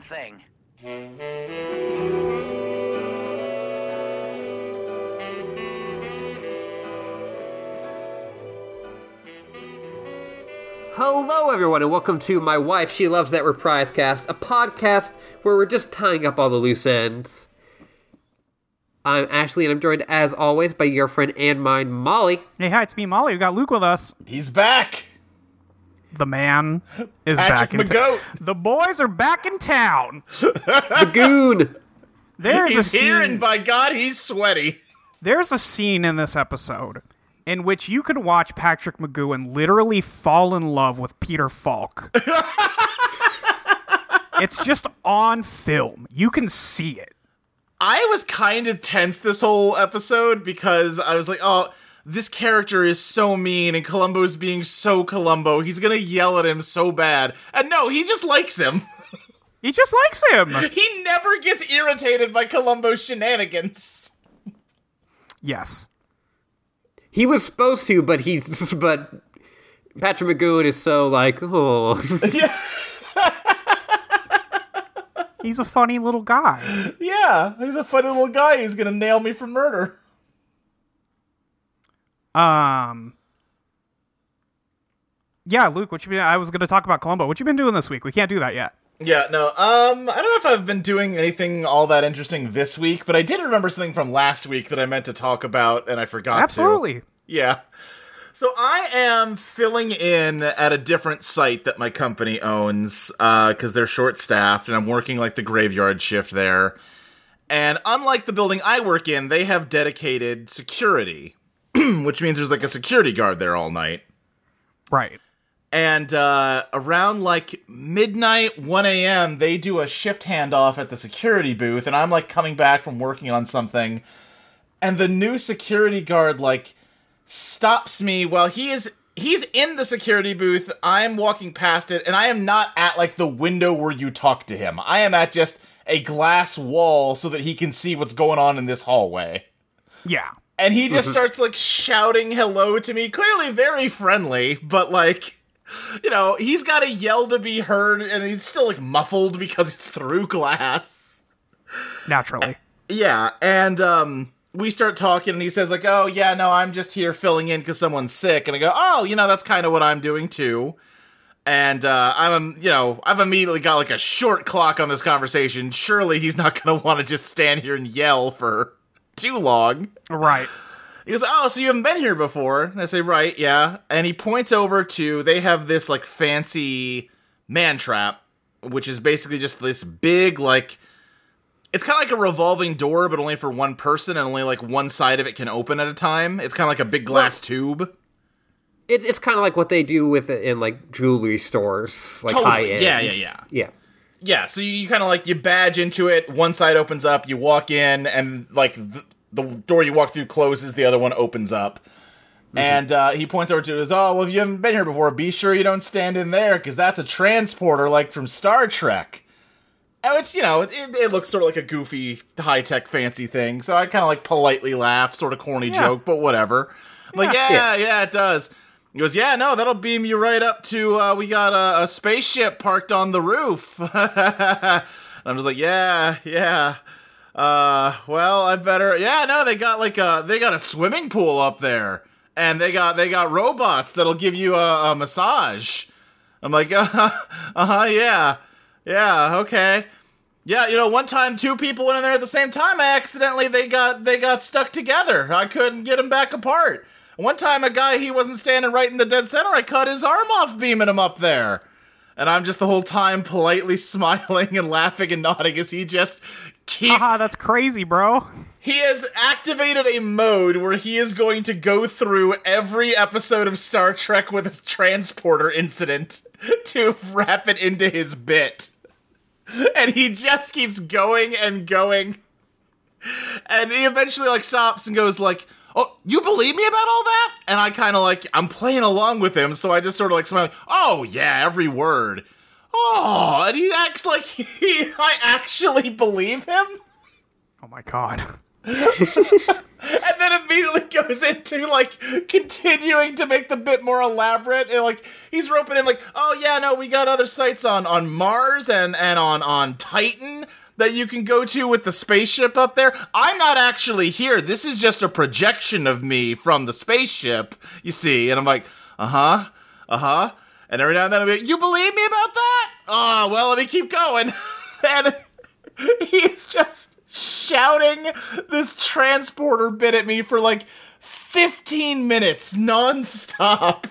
thing. Hello, everyone, and welcome to My Wife, She Loves That Reprise Cast, a podcast where we're just tying up all the loose ends. I'm Ashley, and I'm joined, as always, by your friend and mine, Molly. Hey, hi, it's me, Molly. We got Luke with us. He's back. The man is back Patrick in town. McGoat. The boys are back in town. The Goon! There's a He's scene. here, and by God, he's sweaty. There's a scene in this episode in which you could watch Patrick McGowan literally fall in love with Peter Falk. it's just on film. You can see it. I was kind of tense this whole episode because I was like, oh, this character is so mean, and Columbo's being so Columbo. He's gonna yell at him so bad. And no, he just likes him. He just likes him. He never gets irritated by Columbo's shenanigans. yes. He was supposed to, but he's. But Patrick McGoon is so like, oh. He's a funny little guy. Yeah, he's a funny little guy who's gonna nail me for murder. Um Yeah, Luke, what you been I was gonna talk about Columbo. What you been doing this week? We can't do that yet. Yeah, no. Um, I don't know if I've been doing anything all that interesting this week, but I did remember something from last week that I meant to talk about and I forgot. to. Absolutely. Yeah. So I am filling in at a different site that my company owns because they're short staffed and I'm working like the graveyard shift there. And unlike the building I work in, they have dedicated security, which means there's like a security guard there all night. Right. And uh, around like midnight, 1 a.m., they do a shift handoff at the security booth. And I'm like coming back from working on something. And the new security guard like stops me while he is. He's in the security booth. I'm walking past it, and I am not at like the window where you talk to him. I am at just a glass wall so that he can see what's going on in this hallway Yeah. and he just starts like shouting hello to me clearly very friendly but like you know he's got to yell to be heard and he's still like muffled because it's through glass Naturally. yeah and um we start talking and he says like oh yeah no i'm just here filling in because someone's sick and i go oh you know that's kind of what i'm doing too and uh, I'm, um, you know, I've immediately got like a short clock on this conversation. Surely he's not going to want to just stand here and yell for too long. Right. He goes, Oh, so you haven't been here before? And I say, Right, yeah. And he points over to, they have this like fancy man trap, which is basically just this big, like, it's kind of like a revolving door, but only for one person, and only like one side of it can open at a time. It's kind of like a big glass tube. It, it's kind of like what they do with it in, like, jewelry stores, like Totally. high end. Yeah, yeah, yeah. Yeah. Yeah, so you, you kind of like, you badge into it, one side opens up, you walk in, and like the, the door you walk through closes, the other one opens up. And uh, he points over to his, oh, well, if you haven't been here before, be sure you don't stand in there, because that's a transporter like from Star Trek. And Which, you know, it, it looks sort of like a goofy, high tech, fancy thing. So I kind of like politely laugh, sort of corny Yeah. joke, but whatever. I'm Like, yeah, yeah, it does. He goes, yeah, no, that'll beam you right up to, uh, we got a, a spaceship parked on the roof. and I'm just like, yeah, yeah. Uh, well, I better. Yeah, no, they got like a they got a swimming pool up there, and they got they got robots that'll give you a, a massage. I'm like, uh huh, uh-huh, yeah, yeah, okay, yeah. You know, one time two people went in there at the same time. I accidentally they got they got stuck together. I couldn't get them back apart. One time a guy he wasn't standing right in the dead center. I cut his arm off beaming him up there. And I'm just the whole time politely smiling and laughing and nodding as he just keeps Haha, Ah, that's crazy, bro. he has activated a mode where he is going to go through every episode of Star Trek with a transporter incident to wrap it into his bit. And he just keeps going and going. And he eventually like stops and goes like, "Oh, you believe me about all that?" And I kind of like I'm playing along with him, so I just sort of like smile. "Oh, yeah, every word." Oh, and he acts like he I actually believe him. Oh my god. And then immediately goes into like continuing to make the bit more elaborate and like he's roping in like oh yeah no we got other sites on on mars and and on on titan that you can go to with the spaceship up there i'm not actually here this is just a projection of me from the spaceship you see and i'm like uh-huh uh-huh and every now and then i'll be like you believe me about that oh well let me keep going and he's just shouting this transporter bit at me for like 15 minutes nonstop.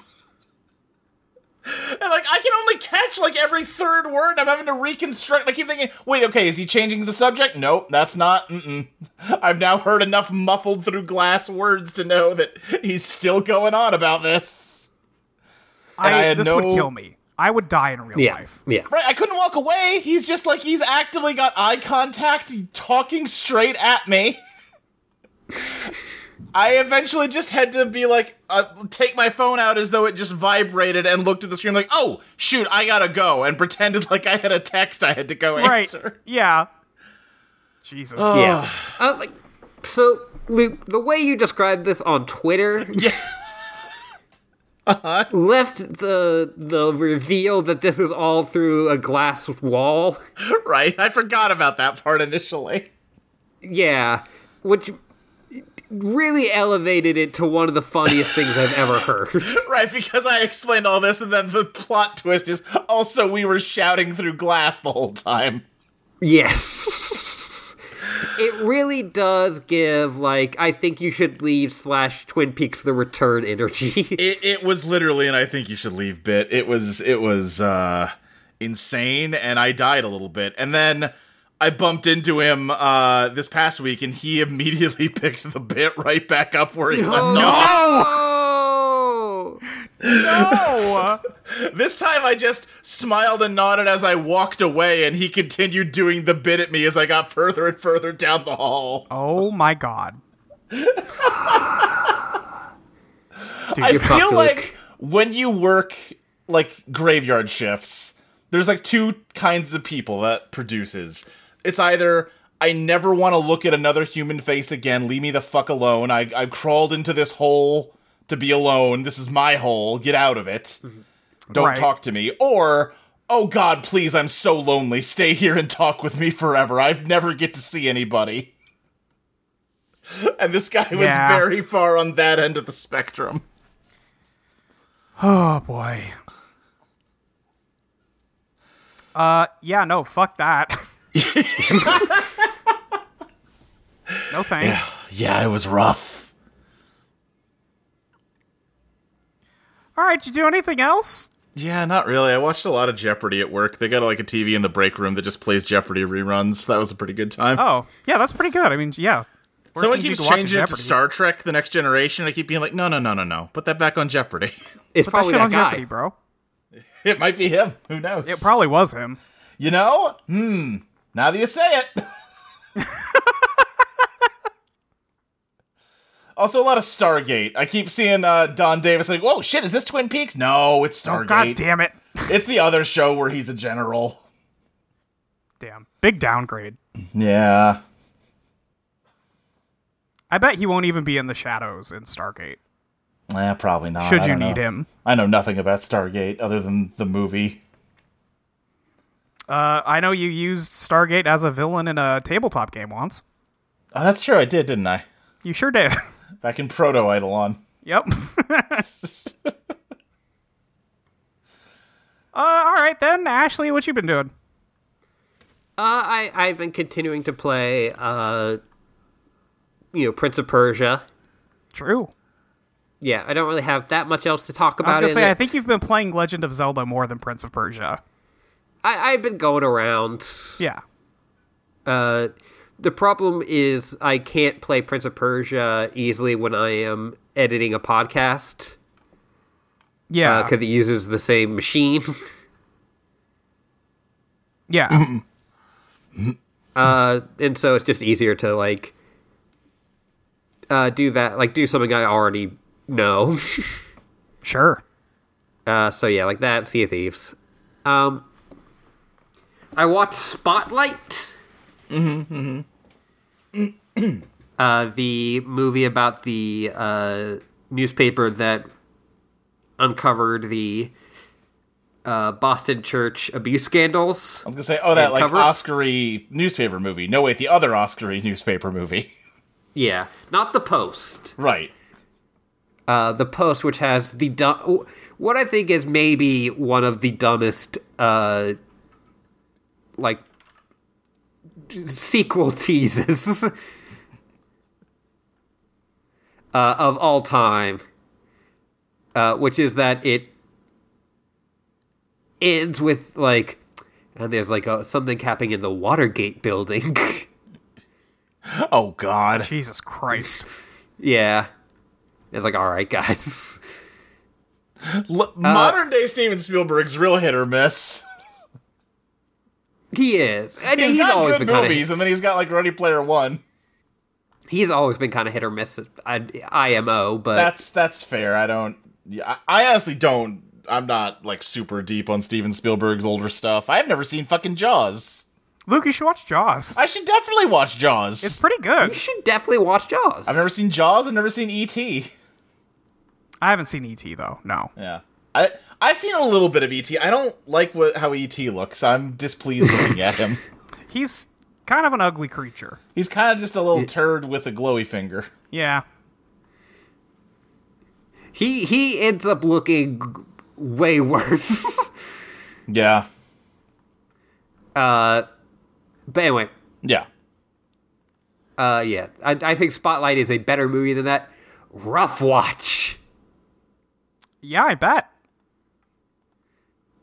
And like I can only catch like every third word. I'm having to reconstruct. I keep thinking, wait, okay, is he changing the subject? Nope, that's not. Mm-mm. I've now heard enough muffled through glass words to know that he's still going on about this. And I, I had this no- would kill me. I would die in real Yeah. life. Yeah. Right, I couldn't walk away. He's just like he's actively got eye contact, talking straight at me. I eventually just had to be like, uh, take my phone out as though it just vibrated and looked at the screen like, oh shoot, I gotta go, and pretended like I had a text I had to go Right. answer. Yeah. Jesus. Yeah. uh, like, so, Luke, the way you described this on Twitter left the the reveal that this is all through a glass wall. Right, I forgot about that part initially. Yeah, which really elevated it to one of the funniest things I've ever heard. Right, because I explained all this, and then the plot twist is also we were shouting through glass the whole time. Yes. It really does give like I think you should leave slash Twin Peaks the return energy. it, it was literally and i think you should leave bit it was it was uh insane and i died a little bit and then i bumped into him uh this past week and he immediately picked the bit right back up where he left off Oh! No. this time i just smiled and nodded as i walked away and he continued doing the bit at me as i got further and further down the hall oh my god. Dude, I You're fucked, feel Luke. like when you work like graveyard shifts, there's like two kinds of people that produces. It's either I never want to look at another human face again. Leave me the fuck alone. I I crawled into this hole to be alone. This is my hole. Get out of it. Don't Mm-hmm. Right. talk to me. Or oh god, please, I'm so lonely. Stay here and talk with me forever. I've never get to see anybody. And this guy was Yeah. very far on that end of the spectrum. Oh boy. Uh yeah, no, fuck that. no thanks. Yeah, it was rough. All right, you do anything else? Yeah, not really. I watched a lot of Jeopardy at work. They got like a TV in the break room that just plays Jeopardy reruns. That was a pretty good time. Oh, yeah, that's pretty good. I mean, yeah. Worst Someone things you keeps could watch is changing it to Jeopardy. Star Trek: The Next Generation. I keep being like, no, no, no, no, no. Put that back on Jeopardy. It's That probably shit on that guy. Jeopardy, bro. it might be him. Who knows? It probably was him. You know? Hmm. Now that you say it. also, a lot of Stargate. I keep seeing uh, Don Davis like, whoa, shit, is this Twin Peaks? No, it's Oh, Stargate. God damn it. It's the other show where he's a general. Damn. Big downgrade. Yeah. I bet he won't even be in the shadows in Stargate. Eh, probably not. Should I you don't need know. him. I know nothing about Stargate other than the movie. Uh, I know you used Stargate as a villain in a tabletop game once. Oh, that's true. I did, didn't I? You sure did. Back in Proto Eidolon. yep. uh, all right Uh, then, Ashley, what you been doing? Uh, I I've been continuing to play, uh, you know, Prince of Persia. True. Yeah, I don't really have that much else to talk I was about. gonna in say, I it. think you've been playing Legend of Zelda more than Prince of Persia. I, I've been going around. Yeah. Uh, the problem is I can't play Prince of Persia easily when I am editing a podcast Yeah. because it uses the same machine. yeah. Uh, and so it's just easier to like uh, do that, like do something I already know. sure. Uh, so yeah, like that. Sea of Thieves. Um, I watched Spotlight. Mm-hmm. uh, the movie about the uh, newspaper that uncovered the uh, Boston church abuse scandals. I was gonna say, oh, that like cover it? Oscary newspaper movie. No, wait, the other Oscary newspaper movie. Yeah, not the Post. right. Uh, the Post, which has the dumb, what I think is maybe one of the dumbest, uh, like sequel teases uh, of all time, uh, which is that it ends with like, and there's like a, something happening in the Watergate building. Oh God. Jesus Christ. yeah, it's like all right, guys. L- modern day Steven Spielberg's real hit or miss. He is. And He's he's got always good been kind movies, of and then he's got like Ready Player One. he's always been kind of hit or miss. At IMO, but That's that's fair. I don't. Yeah, I, I honestly don't. I'm not like super deep on Steven Spielberg's older stuff. I've never seen fucking Jaws. Luke, you should watch Jaws. I should definitely watch Jaws. It's pretty you good. should definitely watch Jaws. I've never seen Jaws. I've never seen E E.T. I haven't seen E.T. though. No. Yeah. I I've seen a little bit of ET. I don't like what how ET looks. I'm displeased looking at him. He's kind of an ugly creature. He's kind of just a little turd with a glowy finger. Yeah. he he ends up looking way worse. Yeah. but anyway, Yeah. uh, yeah, I, I think Spotlight is a better movie than that. Rough watch. Yeah, I bet.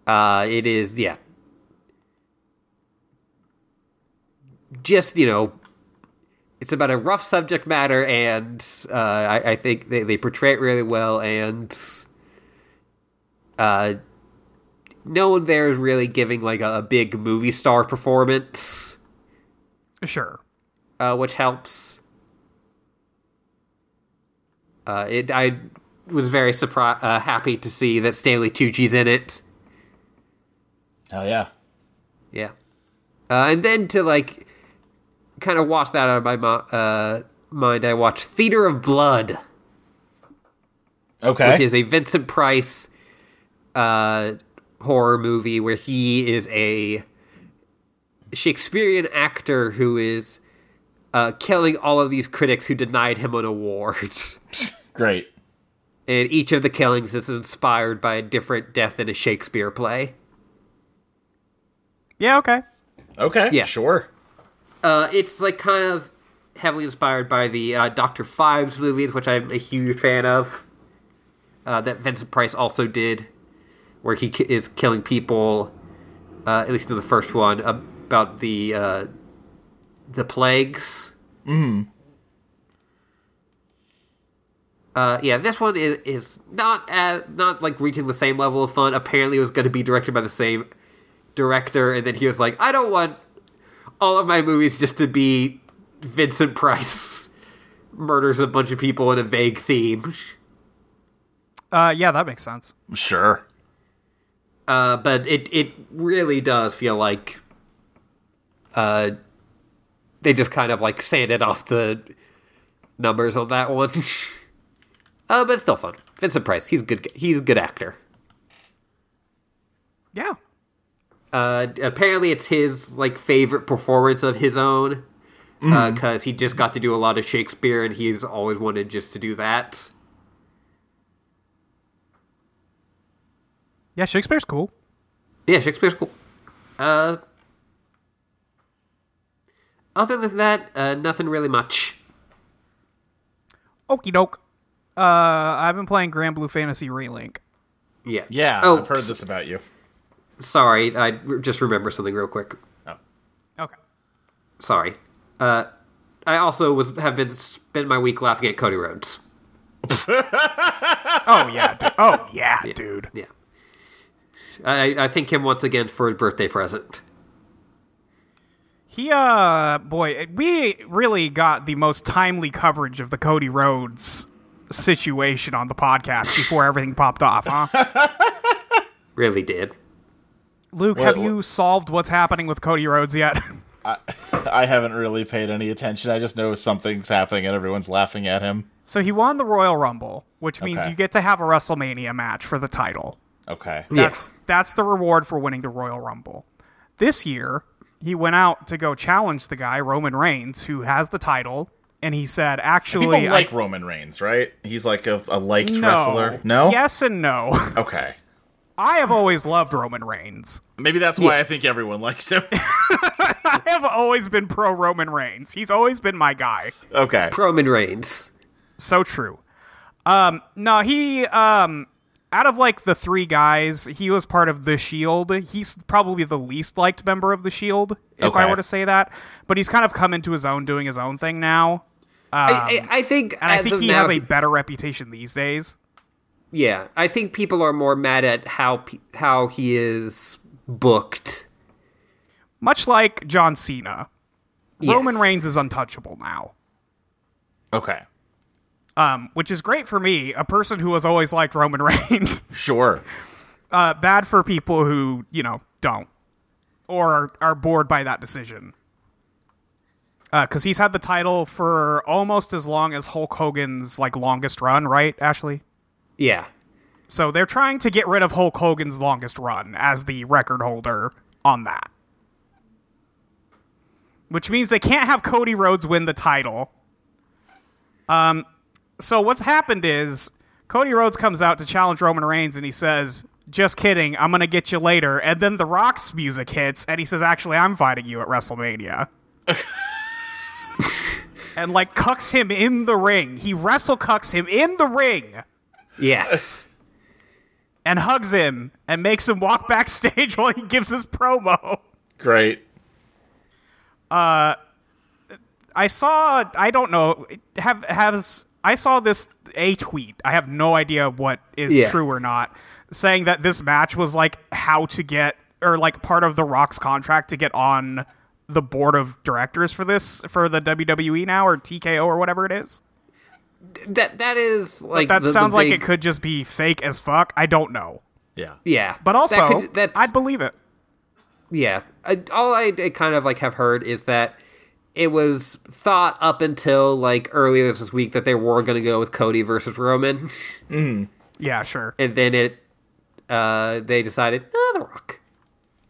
Uh, it is yeah. Just you know, it's about a rough subject matter, and uh, I, I think they, they portray it really well. And uh, no one there is really giving like a, a big movie star performance, Sure. uh, which helps. Uh, it I was very surprised, uh, happy to see that Stanley Tucci's in it. Hell yeah. Yeah. Uh, and then to like kind of wash that out of my mo- uh, mind, I watched Theater of Blood, Okay. which is a Vincent Price uh, horror movie where he is a Shakespearean actor who is uh, killing all of these critics who denied him an award. Great. and each of the killings is inspired by a different death in a Shakespeare play. Yeah, okay. Okay. Yeah. Sure. Uh, it's like kind of heavily inspired by the uh, Doctor Fives movies, which I'm a huge fan of. Uh, that Vincent Price also did, where he ki- is killing people, uh, at least in the first one, about the uh, the plagues. Mm. Uh, yeah, this one is, is not as, not like reaching the same level of fun. Apparently, it was going to be directed by the same director, and then he was like, "I don't want all of my movies just to be Vincent Price murders a bunch of people in a vague theme. Uh, yeah, that makes sense. Sure. Uh, but it it really does feel like uh, they just kind of like sanded off the numbers on that one. uh, but it's still fun. Vincent Price, he's good. He's a good actor. Yeah. Uh, apparently, it's his like favorite performance of his own because he just got to do a lot of Shakespeare, and he's always wanted just to do that. Yeah, Shakespeare's cool. Yeah, Shakespeare's cool. Uh, other than that, uh, nothing really much. Okie doke. Uh, I've been playing Grand Blue Fantasy Relink. Yeah. Yeah. Oh, I've heard s- this about you. sorry. I re- just remember something real quick. Oh. Okay. Sorry. Uh, I also was have been spent my week laughing at Cody Rhodes. Oh yeah. du- oh yeah, dude. Yeah. I I thank him once again for his birthday present. He uh boy, we really got the most timely coverage of the Cody Rhodes situation on the podcast before everything popped off, huh? Really did. Luke, What- have what- you solved what's happening with Cody Rhodes yet? I, I haven't really paid any attention. I just know something's happening and everyone's laughing at him. So he won the Royal Rumble, which means Okay. you get to have a WrestleMania match for the title. Okay. That's that's the reward for winning the Royal Rumble. This year, he went out to go challenge the guy Roman Reigns who has the title, and he said, "Actually, People I- like Roman Reigns, right? He's like a, a liked no, wrestler. No? yes and no. Okay. I have always loved Roman Reigns. Maybe that's why I think everyone likes him. I have always been pro Roman Reigns. He's always been my guy. okay. Roman Reigns. So true. Um, no, he um, out of like the three guys, he was part of the Shield. He's probably the least liked member of the Shield, if I Okay. were to say that. But he's kind of come into his own, doing his own thing now, I, I, I think Um, and I as think of he now, has a better reputation these days. yeah. I think people are more mad at how pe- how he is booked. Much like John Cena, Roman Yes. Reigns is untouchable now. Okay. Um, which is great for me, a person who has always liked Roman Reigns. Sure. uh, bad for people who you know don't or are, are bored by that decision because he's had the title for almost as long as hulk hogan's like longest run right ashley Yeah. so they're trying to get rid of hulk hogan's longest run as the record holder on that which means they can't have cody rhodes win the title um, so what's happened is cody rhodes comes out to challenge roman reigns and he says just kidding i'm gonna get you later and then the rocks music hits and he says actually i'm fighting you at wrestlemania and like cucks him in the ring he wrestle cucks him in the ring Yes. and hugs him and makes him walk backstage while he gives his promo. Great. I saw I don't know have has I saw this a tweet. I have no idea what is Yeah. true or not saying that this match was like how to get or like part of the Rock's contract to get on the board of directors for this for the WWE now or TKO or whatever it is. that that is like That the- the sounds like big- it could just be fake as fuck. I don't know. Yeah. Yeah. But That also could- that's, I'd believe it. Yeah. I, all I, I kind of like have heard is that it was thought up until like earlier this week that they were going to go with Cody versus Roman, Yeah, sure. and then it uh, they decided ah, The Rock.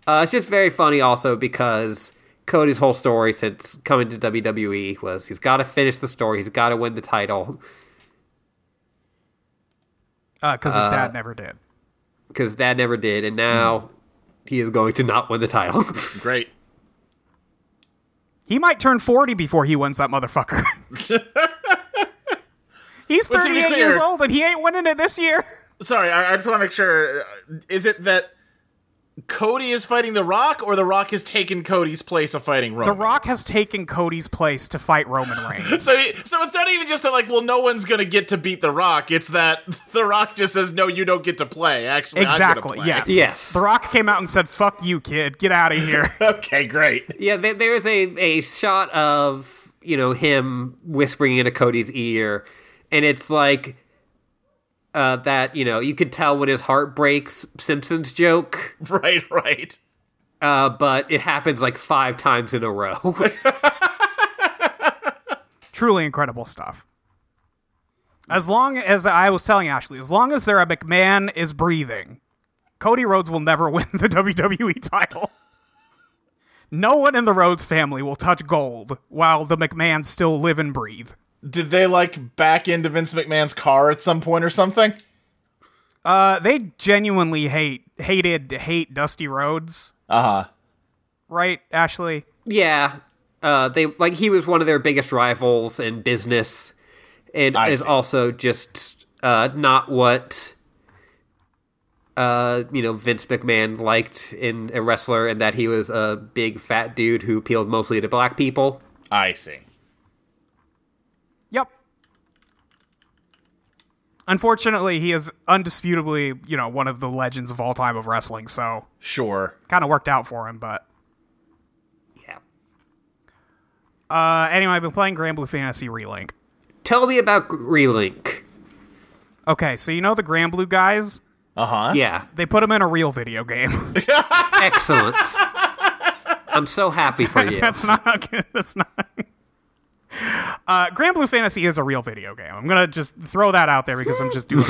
Uh, it's just very funny also because Cody's whole story since coming to WWE was he's got to finish the story, he's got to win the title Uh, cuz his dad never did. because Dad never did, and now he is going to not win the title. Great. He might turn 40 before he wins that motherfucker. He's Well, to be 38 years clear- old and he ain't winning it this year. Sorry, I, I just want to make sure. uh, Is it that Cody is fighting The Rock, or The Rock has taken Cody's place of fighting The Roman? Rock has taken Cody's place to fight Roman Reigns. So, he- so it's not even just that, like, well, no one's gonna get to beat The Rock. It's that The Rock just says, no, you don't get to play. Actually, I'm exactly. gonna play. Yes. Yes. The Rock came out and said, "Fuck you, kid. Get out of here." Okay, great. Yeah, there, there's a, a shot of, you know, him whispering into Cody's ear. And it's like uh, that, you know, you could tell when his heart breaks Simpsons joke, right, right. uh, but it happens like five times in a row. Truly incredible stuff. As long as I was telling Ashley, as long as there a McMahon is breathing, Cody Rhodes will never win the WWE title. No one in the Rhodes family will touch gold while the McMahons still live and breathe. Did they like back into Vince McMahon's car at some point or something? Uh, they genuinely hate, hated, hate Dusty Rhodes. Uh huh. Right, Ashley? yeah. Uh, they like he was one of their biggest rivals in business and I is see. also just uh, not what uh, you know Vince McMahon liked in a wrestler and that he was a big fat dude who appealed mostly to black people. I see. Yep. Unfortunately, he is undisputably, you know, one of the legends of all time of wrestling, so Sure. kind of worked out for him, but. Yeah. Uh, anyway, I've been playing Grand Blue Fantasy Relink. Tell me about Relink. Okay, so you know the Grand Blue guys? Uh huh. Yeah. They put them in a real video game. Excellent. I'm so happy for you. that's not good. That's not. Uh, Grand Blue Fantasy is a real video game. I'm gonna just throw that out there because I'm just doing.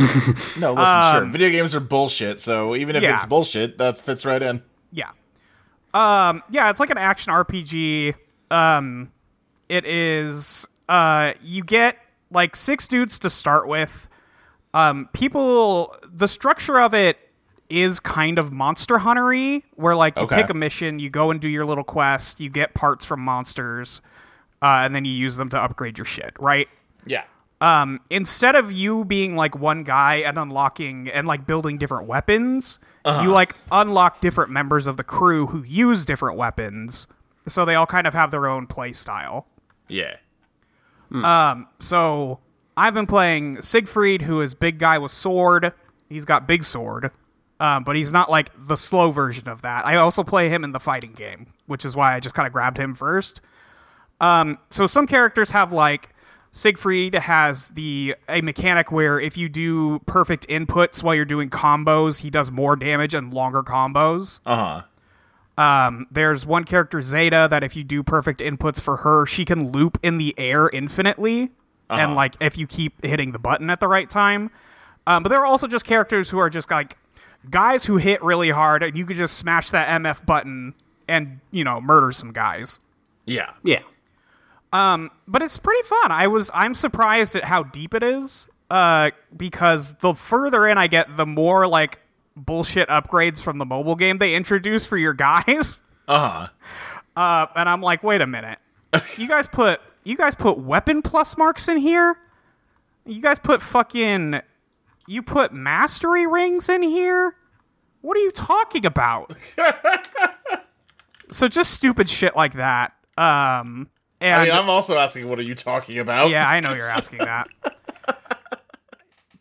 No, listen, sure. Video games are bullshit, so even if Um, yeah. it's bullshit, that fits right in. Yeah. Um, yeah, it's like an action RPG. Um, it is uh, you get like six dudes to start with. Um, people the structure of it is kind of monster huntery where like you Okay. pick a mission, you go and do your little quest, you get parts from monsters, uh, and then you use them to upgrade your shit, right? Yeah. um, instead of you being like one guy and unlocking and like building different weapons, you like unlock different members of the crew who use different weapons. So they all kind of have their own play style. Yeah. So I've been playing Siegfried, who is big guy with sword. He's got big sword, um, but he's not like the slow version of that. I also play him in the fighting game, which is why I just kind of grabbed him first. Um, so some characters have like Siegfried has the a mechanic where if you do perfect inputs while you're doing combos, he does more damage and longer combos. Uh huh. There's one character Zeta that if you do perfect inputs for her, she can loop in the air infinitely, and like if you keep hitting the button at the right time. Um, but there are also just characters who are just like guys who hit really hard, and you could just smash that MF button and you know murder some guys. Yeah. yeah. But it's pretty fun. I was I'm surprised at how deep it is, uh, because the further in I get, the more like bullshit upgrades from the mobile game they introduce for your guys. Uh huh. up, and I'm like, wait a minute. You guys put you guys put weapon plus marks in here? You guys put fucking you put mastery rings in here? What are you talking about? so just stupid shit like that. Um and I mean, I'm also asking, what are you talking about? yeah, I know you're asking that.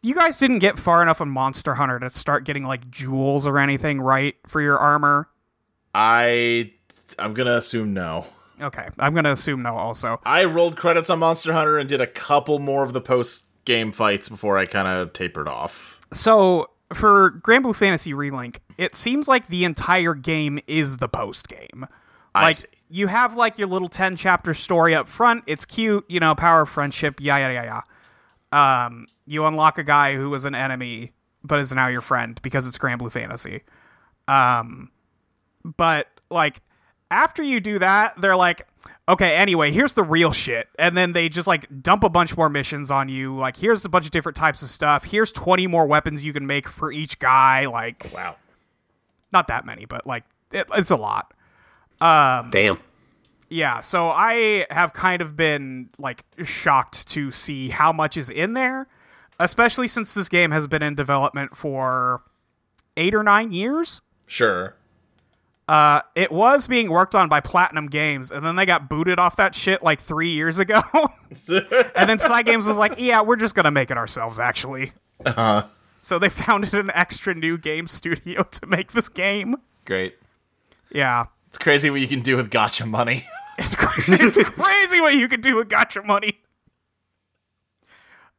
You guys didn't get far enough on Monster Hunter to start getting like jewels or anything, right, for your armor? I I'm gonna assume no. Okay, I'm gonna assume no. Also, I rolled credits on Monster Hunter and did a couple more of the post game fights before I kind of tapered off. So for Grand Blue Fantasy Relink, it seems like the entire game is the post game. Like see. you have like your little ten chapter story up front. It's cute, you know, power of friendship, yada yada yada. Um, you unlock a guy who was an enemy, but is now your friend because it's Grand Blue Fantasy. Um, but like after you do that, they're like, okay, anyway, here's the real shit. And then they just like dump a bunch more missions on you. Like, here's a bunch of different types of stuff. Here's 20 more weapons you can make for each guy. Like, Wow. not that many, but like, it, it's a lot. Damn. Yeah, so I have kind of been like shocked to see how much is in there, especially since this game has been in development for eight or nine years. Sure. It was being worked on by Platinum Games, and then they got booted off that shit like three years ago. and then Psy Games was like, "Yeah, we're just gonna make it ourselves." Actually, Uh-huh. so they founded an extra new game studio to make this game. Great. Yeah, It's crazy what you can do with gotcha money. It's crazy. it's crazy what you can do with gotcha money.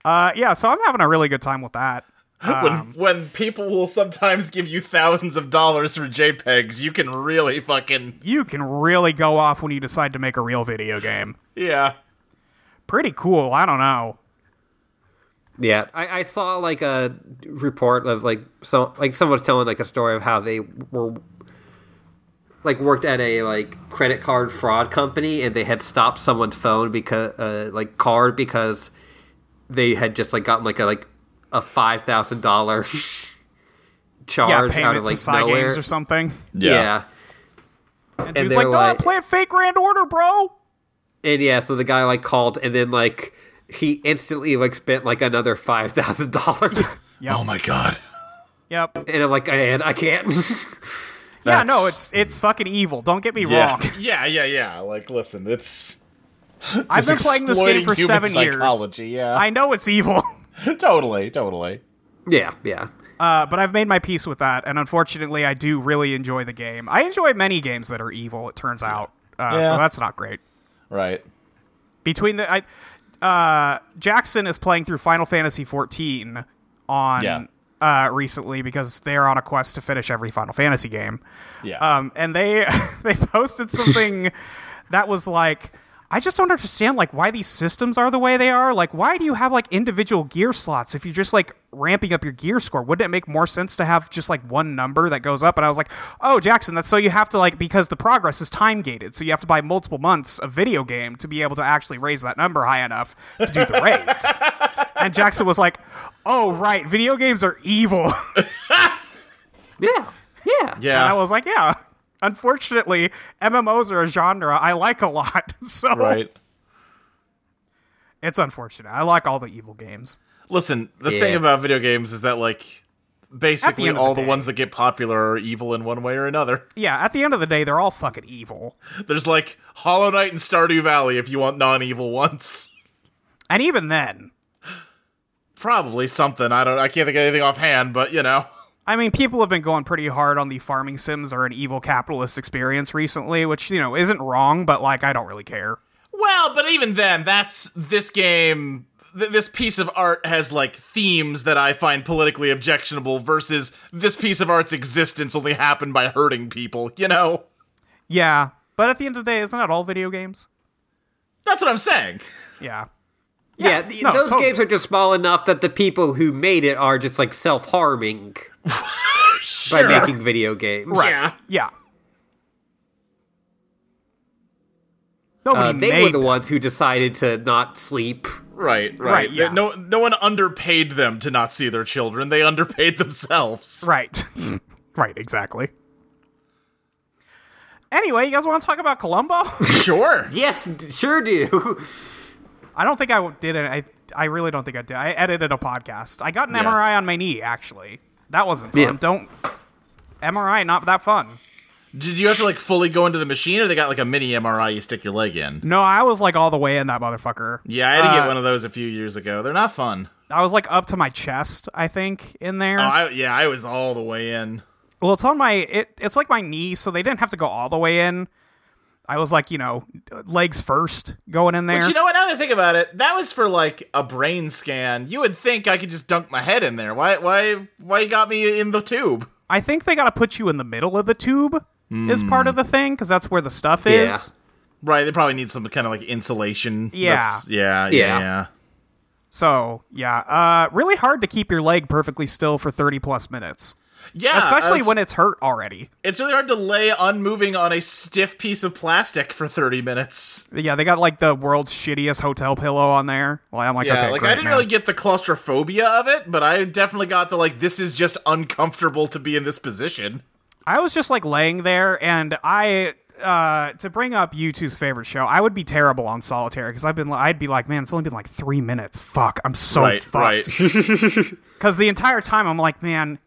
Uh, yeah, so I'm having a really good time with that. Um, when when people will sometimes give you thousands of dollars for JPEGs, you can really fucking You can really go off when you decide to make a real video game. yeah. Pretty cool. I don't know. Yeah, I, I saw like a report of like some like someone was telling like a story of how they were like worked at a like credit card fraud company and they had stopped someone's phone because uh, like card because they had just like gotten like a like a five thousand dollar Yeah, charge out payment of like to Psy nowhere. Games or something. yeah. And, And dude's they like, were no, I'm like- playing Fake Grand Order, bro. and yeah, so the guy like called and then like he instantly like spent like another five thousand dollars. Oh my god. Yep. And I'm like, and I can't. Yeah, no, That's- it's it's fucking evil. Don't get me Yeah. wrong. yeah, yeah, yeah. Like, listen, it's I've been playing this game for seven years. psychology. Yeah, I know it's evil. totally, totally. yeah, yeah. Uh, but I've made my peace with that, and unfortunately, I do really enjoy the game. I enjoy many games that are evil. It turns out, uh, so Yeah. that's not great. Right. Between the, I, uh, Jackson is playing through Final Fantasy 14 on Yeah. uh, recently because they are on a quest to finish every Final Fantasy game. Yeah. Um, and they they posted something that was like, I just don't understand like why these systems are the way they are. Like, why do you have like individual gear slots if you're just like ramping up your gear score? Wouldn't it make more sense to have just like one number that goes up? And I was like, oh, Jackson, that's so you have to like because the progress is time gated, so you have to buy multiple months of video game to be able to actually raise that number high enough to do the raids. and Jackson was like, oh right, video games are evil. Yeah. Yeah. yeah. And I was like, yeah. Unfortunately, MMOs are a genre I like a lot. So right. it's unfortunate. I like all the evil games. Listen, the Yeah. thing about video games is that like basically end of all the the, day- ones that get popular are evil in one way or another. Yeah, at the end of the day, they're all fucking evil. There's like Hollow Knight and Stardew Valley if you want non-evil ones. And even then, Probably something. I don't I can't think of anything offhand, but you know. I mean, people have been going pretty hard on the farming sims are an evil capitalist experience recently, which, you know, isn't wrong, but like, I don't really care. Well, but even then, that's this game. Th- this piece of art has like themes that I find politically objectionable versus this piece of art's existence only happened by hurting people, you know? Yeah, but at the end of the day, isn't that all video games? That's what I'm saying. Yeah. Yeah, th- no, those totally. games are just small enough that the people who made it are just like self harming by making video games. Right. Yeah. Yeah. Nobody Uh, they made were the them. ones who decided to not sleep. Right, right. Right, yeah. No, no one underpaid them to not see their children. They underpaid themselves. Right. Hmm. right, exactly. Anyway, you guys want to talk about Columbo? Sure. Yes, d- sure do. I don't think I did it. I, I really don't think I did. I edited a podcast. I got an Yeah. MRI on my knee, actually. That wasn't fun. Yeah. Don't. MRI, not that fun. Did you have to like fully go into the machine, or they got like a mini MRI you stick your leg in? No, I was like all the way in that motherfucker. Yeah, I had to Uh, get one of those a few years ago. They're not fun. I was like up to my chest, I think, in there. Oh, I, yeah, I was all the way in. Well, it's on my it, it's like my knee, so they didn't have to go all the way in. I was like, you know, legs first going in there. But you know what? Now that I think about it, that was for like a brain scan. You would think I could just dunk my head in there. Why? Why? Why you got me in the tube? I think they got to put you in the middle of the tube is part Hmm. of the thing because that's where the stuff is. Right? They probably need some kind of like insulation. Yeah. That's- yeah. Yeah. Yeah. Yeah. So yeah, uh, really hard to keep your leg perfectly still for thirty plus minutes, Yeah. especially it's, when it's hurt already. it's really hard to lay unmoving on a stiff piece of plastic for thirty minutes. Yeah, they got like the world's shittiest hotel pillow on there. Well, I'm like, Yeah. okay, like great, I didn't man. really get the claustrophobia of it, but I definitely got the like this is just uncomfortable to be in this position. I was just like laying there, and I uh, to bring up you two's favorite show, I would be terrible on solitaire because I've been I'd be like, man, it's only been like three minutes. Oh, Fuck, I'm so right. fucked. Right. Because the entire time I'm like, man,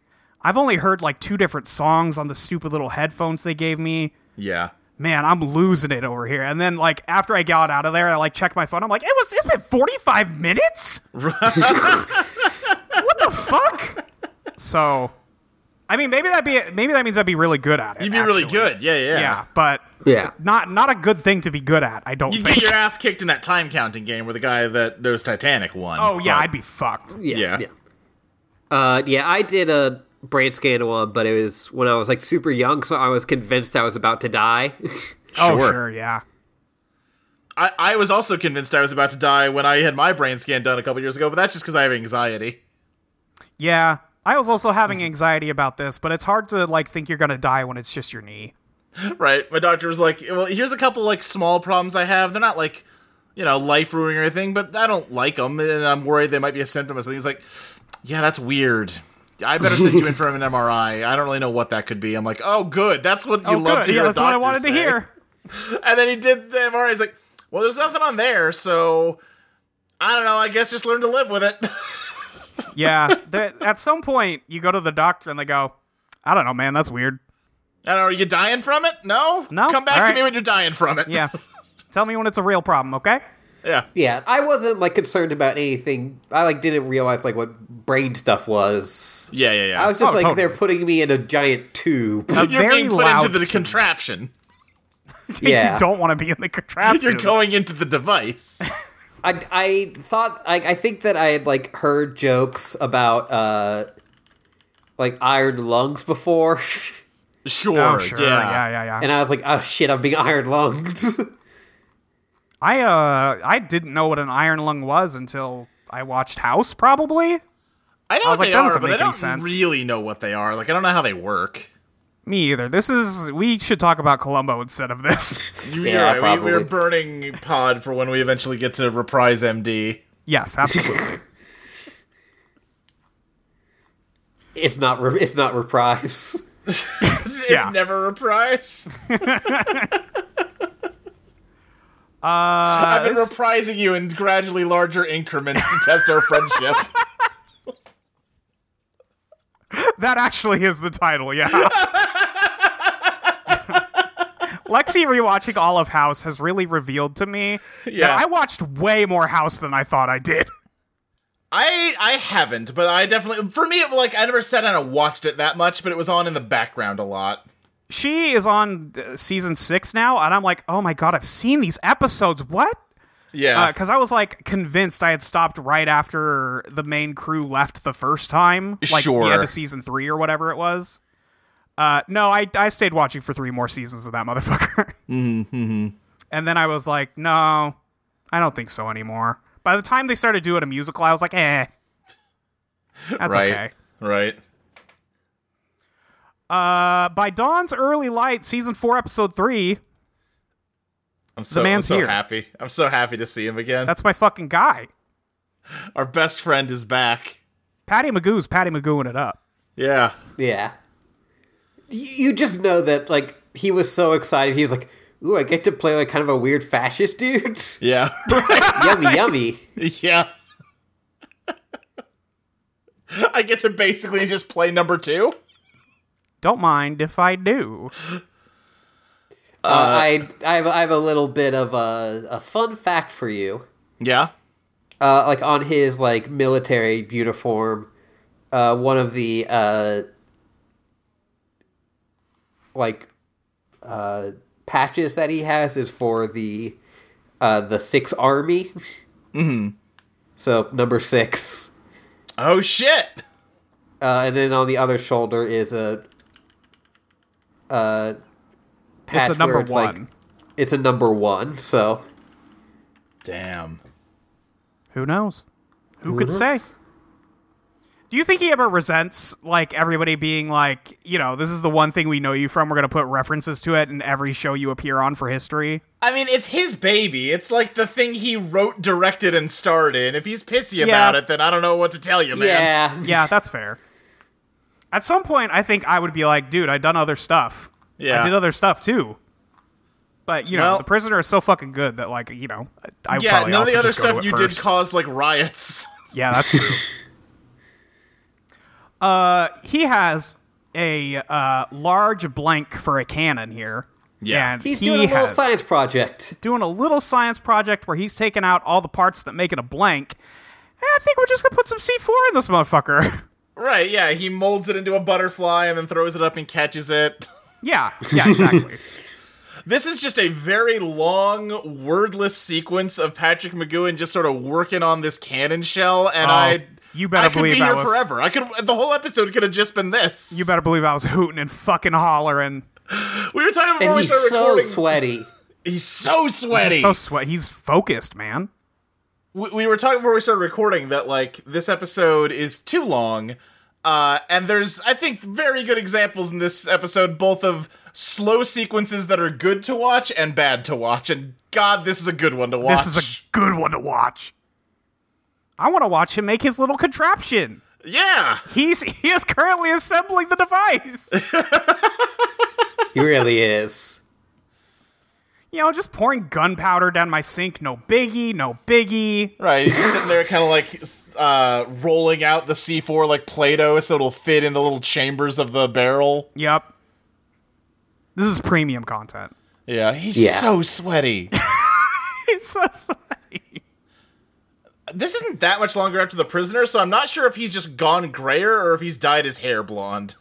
I've only heard like two different songs on the stupid little headphones they gave me. yeah. Man, I'm losing it over here. And then like after I got out of there, I like checked my phone. I'm like, it was it's been 45 minutes. what the fuck? So, I mean, maybe that be maybe that means I'd be really good at it. You'd be really actually. good. Yeah. Yeah. Yeah, but Yeah. not not a good thing to be good at. I don't You think. get your ass kicked in that time counting game where the guy that knows Titanic won. oh yeah, But- I'd be fucked. Yeah. Yeah. Yeah. Uh, yeah, I did a brain scan one, but it was when I was like super young, so I was convinced I was about to die. Oh Uh, Sure. sure, yeah. I, I was also convinced I was about to die when I had my brain scan done a couple years ago, but that's just because I have anxiety. Yeah. I was also Mm-hmm. having anxiety about this, but it's hard to like think you're going to die when it's just your knee. Right? My doctor was like, "Well, here's a couple like small problems I have. They're not like, you know, life ruining or anything, but I don't like them, and I'm worried they might be a symptom of something." He's like, "Yeah, that's weird." I better send you in for an MRI. I don't really know what that could be. I'm like, oh, good. That's what you Oh, love good. to hear. yeah, a that's what I doctor wanted say. to hear. And then he did the MRI. He's like, well, there's nothing on there, so I don't know. I guess just learn to live with it. Yeah, th- at some point you go to the doctor and they go, "I don't know, man, that's weird." I don't know. Are you dying from it? No? No? Come back All to right. me when you're dying from it. Yeah. Tell me when it's a real problem, okay? Yeah. yeah, I wasn't like concerned about anything. I like didn't realize like what brain stuff was. Yeah, yeah, yeah. I was just Oh, like totally. they're putting me in a giant tube. A You're very being put loud into the tube. contraption. yeah. You don't want to be in the contraption. You're going into the device. I, I thought I, I think that I had like heard jokes about uh like iron lungs before, Sure. Oh, sure. Yeah. yeah, yeah, yeah. and I was like, oh shit, I'm being iron lunged. I uh I didn't know what an iron lung was until I watched House probably. I know was like, what they that are, doesn't but I make any don't sense. really know what they are. Like, I don't know how they work. Me either. This is we should talk about Columbo instead of this. You're Yeah, right. We, we're probably. burning pod for when we eventually get to reprise MD. yes, absolutely. it's not. Re- it's not reprise. It's, it's Yeah. never reprise. uh, I've been this- reprising you in gradually larger increments to test our friendship. that actually is the title, yeah. Lexi rewatching all of House has really revealed to me Yeah. that I watched way more House than I thought I did. I I haven't, but I definitely for me it like I never sat down and watched it that much, but it was on in the background a lot. She is on uh, season 6 now and I'm like, "Oh my god, I've seen these episodes. What?" Yeah, because Uh, I was like convinced I had stopped right after the main crew left the first time, like the end Sure. of season three or whatever it was. Uh, no, I I stayed watching for three more seasons of that motherfucker, mm-hmm. and then I was like, no, I don't think so anymore. By the time they started doing a musical, I was like, eh, that's right, okay. right. Uh, by Dawn's early light, season four, episode three, I'm so I'm man's so here. happy. I'm so happy to see him again. that's my fucking guy, Our best friend is back. Patty Magoo's Patty Magooing it up. Yeah, Yeah. Y- You just know that, like, he was so excited. He was like, ooh, I get to play, like, kind of a weird fascist dude. yeah, yummy, yummy. yeah. I get to basically just play number two. Don't mind if I do. Uh, I, I, have, I have a little bit of a, a fun fact for you. Yeah. Uh, like, on his, like, military uniform, uh, one of the, uh, like, uh, patches that he has is for the, uh, the Six Army. Mm-hmm. So, number six. Oh shit. Uh, and then on the other shoulder is a uh patch it's a number where it's one. Like, it's a number one, so Damn. Who knows? Who, could say? Do you think he ever resents like everybody being like, you know, this is the one thing we know you from. We're gonna put references to it in every show you appear on for history. I mean, it's his baby. It's like the thing he wrote, directed, and starred in. If he's pissy about it, then I don't know what to tell you, man. yeah. Yeah, that's fair. At some point, I think I would be like, dude, I've done other stuff. Yeah. I did other stuff too. But you know, Well- the prisoner is so fucking good that like, you know, I would Yeah, probably none of also the other just go to stuff it you first. did caused like riots. Yeah, that's true. uh, he has a uh, large blank for a cannon here. Yeah. and He's he doing a little has science project. doing a little science project where he's taking out all the parts that make it a blank. And I think we're just gonna put some C four in this motherfucker. right, yeah, he molds it into a butterfly and then throws it up and catches it. yeah, yeah, exactly. This is just a very long, wordless sequence of Patrick McGowan just sort of working on this cannon shell, and Oh, I. you better I could believe be that here was- forever. I could. The whole episode could have just been this. you better believe I was hooting and fucking hollering. We were talking before And we he's started so recording. sweaty. he's so sweaty. So sweat. He's focused, man. we, we were talking before we started recording that like this episode is too long uh and there's i think very good examples in this episode both of slow sequences that are good to watch and bad to watch and god this is a good one to watch This is a good one to watch. I want to watch him make his little contraption. yeah He's he is currently assembling the device. He really is. you know, just pouring gunpowder down my sink. No biggie, no biggie. right he's just sitting there kind of like s- uh rolling out the c4 like play-doh so it'll fit in the little chambers of the barrel Yep. This is premium content. yeah he's Yeah. so sweaty It's so funny. this isn't that much longer after the prisoner so i'm not sure if he's just gone grayer or if he's dyed his hair blonde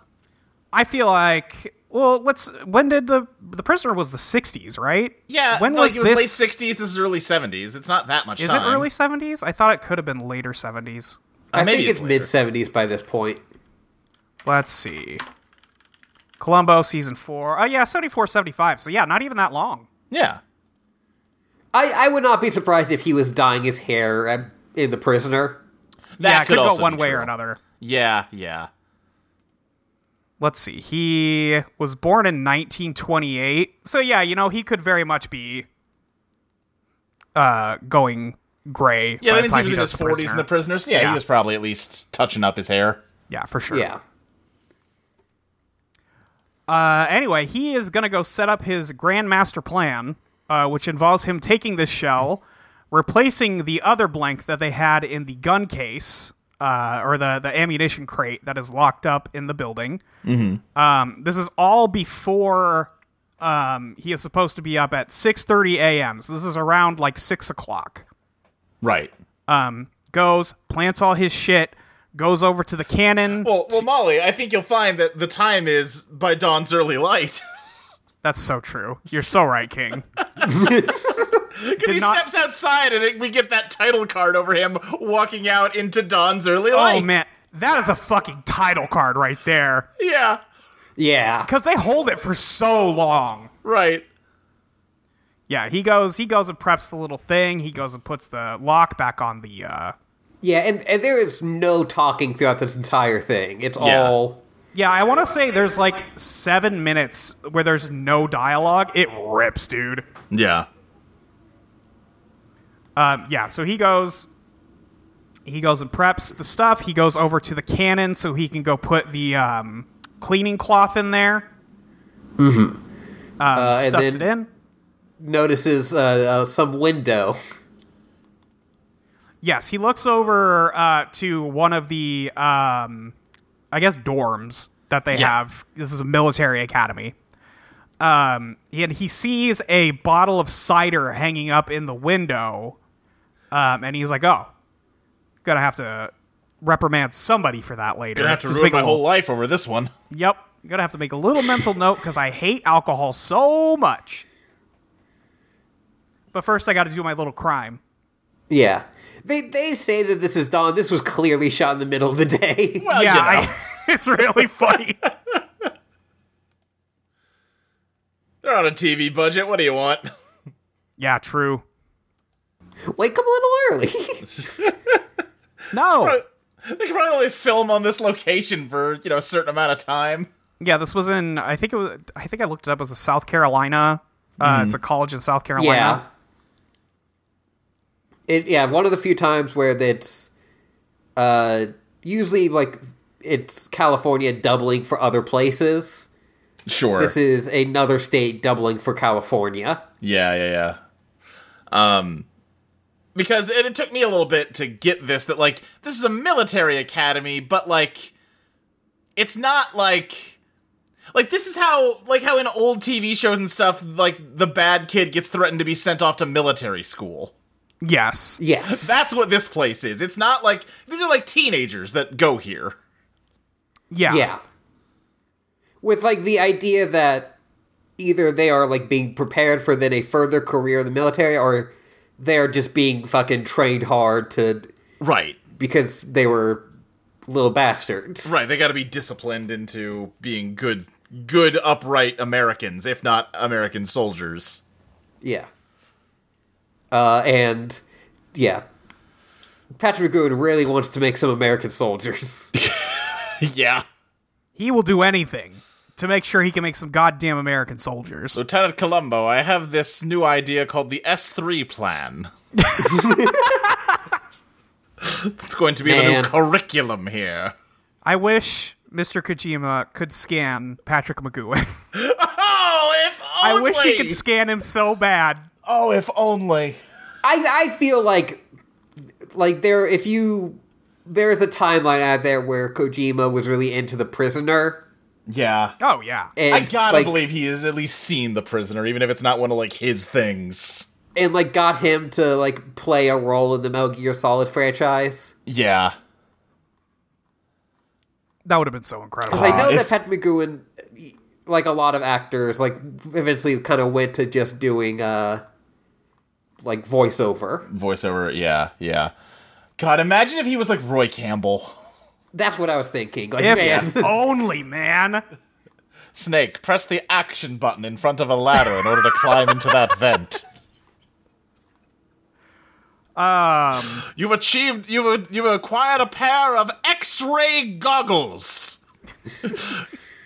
I feel like well, let's when did the the prisoner was the 60s, right? Yeah, When like was it was this? late sixties. This is early seventies. It's not that much. Is time. it early 70s? I thought it could have been later 70s. Uh, I maybe think it's later. mid seventies by this point. Let's see. Columbo season four. Oh yeah, 74, 75. So yeah, not even that long. Yeah. I, I would not be surprised if he was dyeing his hair um, in The Prisoner. That yeah, it could go also one be way or true. another. Yeah, yeah. Let's see. He was born in 1928. So yeah, you know, he could very much be uh going gray. by the Yeah, that means he time was in does his The 40s in Prisoner. The Prisoners. Yeah, Yeah. he was probably at least touching up his hair. Yeah, for sure. Yeah. Uh, anyway, he is going to go set up his grandmaster plan, uh, which involves him taking this shell, replacing the other blank that they had in the gun case, uh, or the, the ammunition crate that is locked up in the building. Um, this is all before um, he is supposed to be up at 6.30 a.m., so this is around like 6 o'clock Right. goes, plants all his shit, goes over to the cannon. Well, well, Molly, I think you'll find that the time is by dawn's early light. That's so true. You're so right, King. Because he not- steps outside and it, we get that title card over him walking out into dawn's early Oh light. man, that is a fucking title card right there. Yeah, Yeah. Because they hold it for so long. right. Yeah, he goes. He goes and preps the little thing. He goes and puts the lock back on the. Uh, Yeah, and, and there is no talking throughout this entire thing. It's Yeah. all. yeah, I want to say there's like seven minutes where there's no dialogue. It rips, dude. Yeah. Um, yeah, so he goes. He goes and preps the stuff. He goes over to the cannon so he can go put the um, cleaning cloth in there. Mm-hmm. Um, Uh, and stuffs then- it in. Notices uh, uh, some window. Yes, he looks over uh, to one of the, um, I guess, dorms that they Yeah. have. This is a military academy. Um, and he sees a bottle of cider hanging up in the window. Um, and he's like, oh, gonna have to reprimand somebody for that later. Gonna have to Just ruin make a my whole little- life over this one. Yep. Gonna have to make a little mental note because I hate alcohol so much. But first, I gotta do my little crime. Yeah. They, they say that this is Dawn. This was clearly shot in the middle of the day. Well, yeah, Uh, you know. I, it's really funny. They're on a TV budget. What do you want? Yeah, true. Wake up a little early. No. they could probably only film on this location for, you know, a certain amount of time. Yeah, this was in I think it was I think I looked it up it was a South Carolina. Uh, it's a college in South yeah. Carolina. It, yeah, one of the few times where it's uh, usually like it's California doubling for other places. Sure. This is another state doubling for California. Yeah, yeah, yeah. Um, because and it took me a little bit to get this that like this is a military academy, but like it's not like like this is how like how in old TV shows and stuff like the bad kid gets threatened to be sent off to military school. Yes. Yes. That's what this place is. It's not like these are like teenagers that go here. Yeah. Yeah. With like the idea that either they are like being prepared for then a further career in the military or they're just being fucking trained hard to Right. because they were little bastards. Right, they got to be disciplined into being good good upright Americans, if not American soldiers. Yeah. Uh and yeah. Patrick McGoon really wants to make some American soldiers. yeah. He will do anything to make sure he can make some goddamn American soldiers. Lieutenant Columbo, I have this new idea called the S3 plan. it's going to be the new Man. curriculum here. I wish Mr. Kojima could scan Patrick McGowan. Oh, if I only! wish he could scan him so bad. Oh, if only. I I feel like like there if you there is a timeline out there where Kojima was really into the prisoner. Yeah. Oh yeah. And, I gotta like, believe he has at least seen the prisoner, even if it's not one of like his things. and like got him to like play a role in the Metal Gear Solid franchise. Yeah. That would have been so incredible. 'Cause I know Aw, that Ah, if- Pat McGowan, like a lot of actors, like eventually kind of went to just doing uh like voiceover. Voiceover, yeah, yeah. God, imagine if he was like Roy Campbell. That's what I was thinking. Like, man, If only, man. Snake, press the action button in front of a ladder in order to climb into that vent. Um, you've achieved. You've you've acquired a pair of X-ray goggles.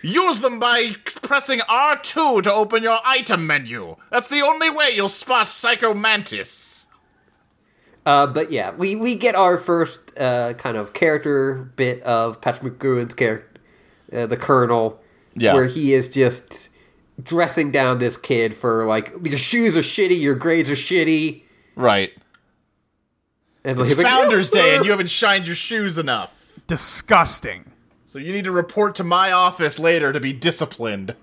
Use them by pressing R two to open your item menu. That's the only way you'll spot Psycho Mantis. Uh, but yeah, we, we get our first uh, kind of character bit of Patrick McGowan's character, uh, the Colonel, Yeah. where he is just dressing down this kid for like your shoes are shitty, your grades are shitty, Right. and It's he's like, Founder's "Yes, Day, and sir." you haven't shined your shoes enough. Disgusting. So you need to report to my office later to be disciplined.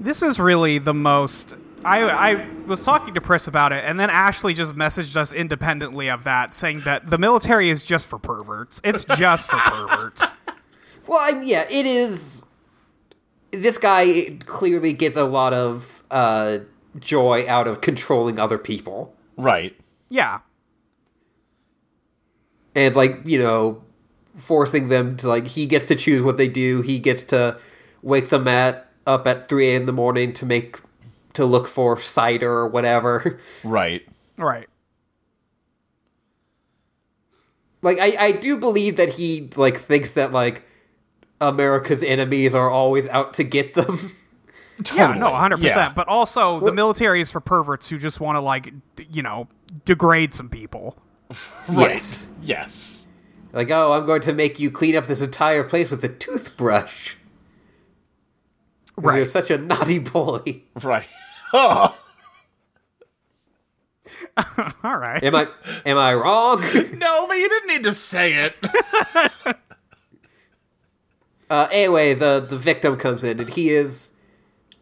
This is really the most. I, I was talking to Pris about it, and then Ashley just messaged us independently of that, saying that the military is just for perverts. It's just for perverts. Well, I, yeah, it is. This guy clearly gets a lot of uh, joy out of controlling other people. Right. Yeah. and like you know forcing them to like he gets to choose what they do he gets to wake them at up at 3 a.m in the morning to make to look for cider or whatever Right. Right. like i i do believe that he like thinks that like america's enemies are always out to get them Yeah, no, 100%. Yeah. But also, the military is for perverts who just want to, like, d- you know, degrade some people. yes Yes. like oh i'm going to make you clean up this entire place with a toothbrush 'Cause you're Right. such a naughty boy Right. Oh All right. am i am i wrong no, but you didn't need to say it. Uh, anyway, the the victim comes in, and he is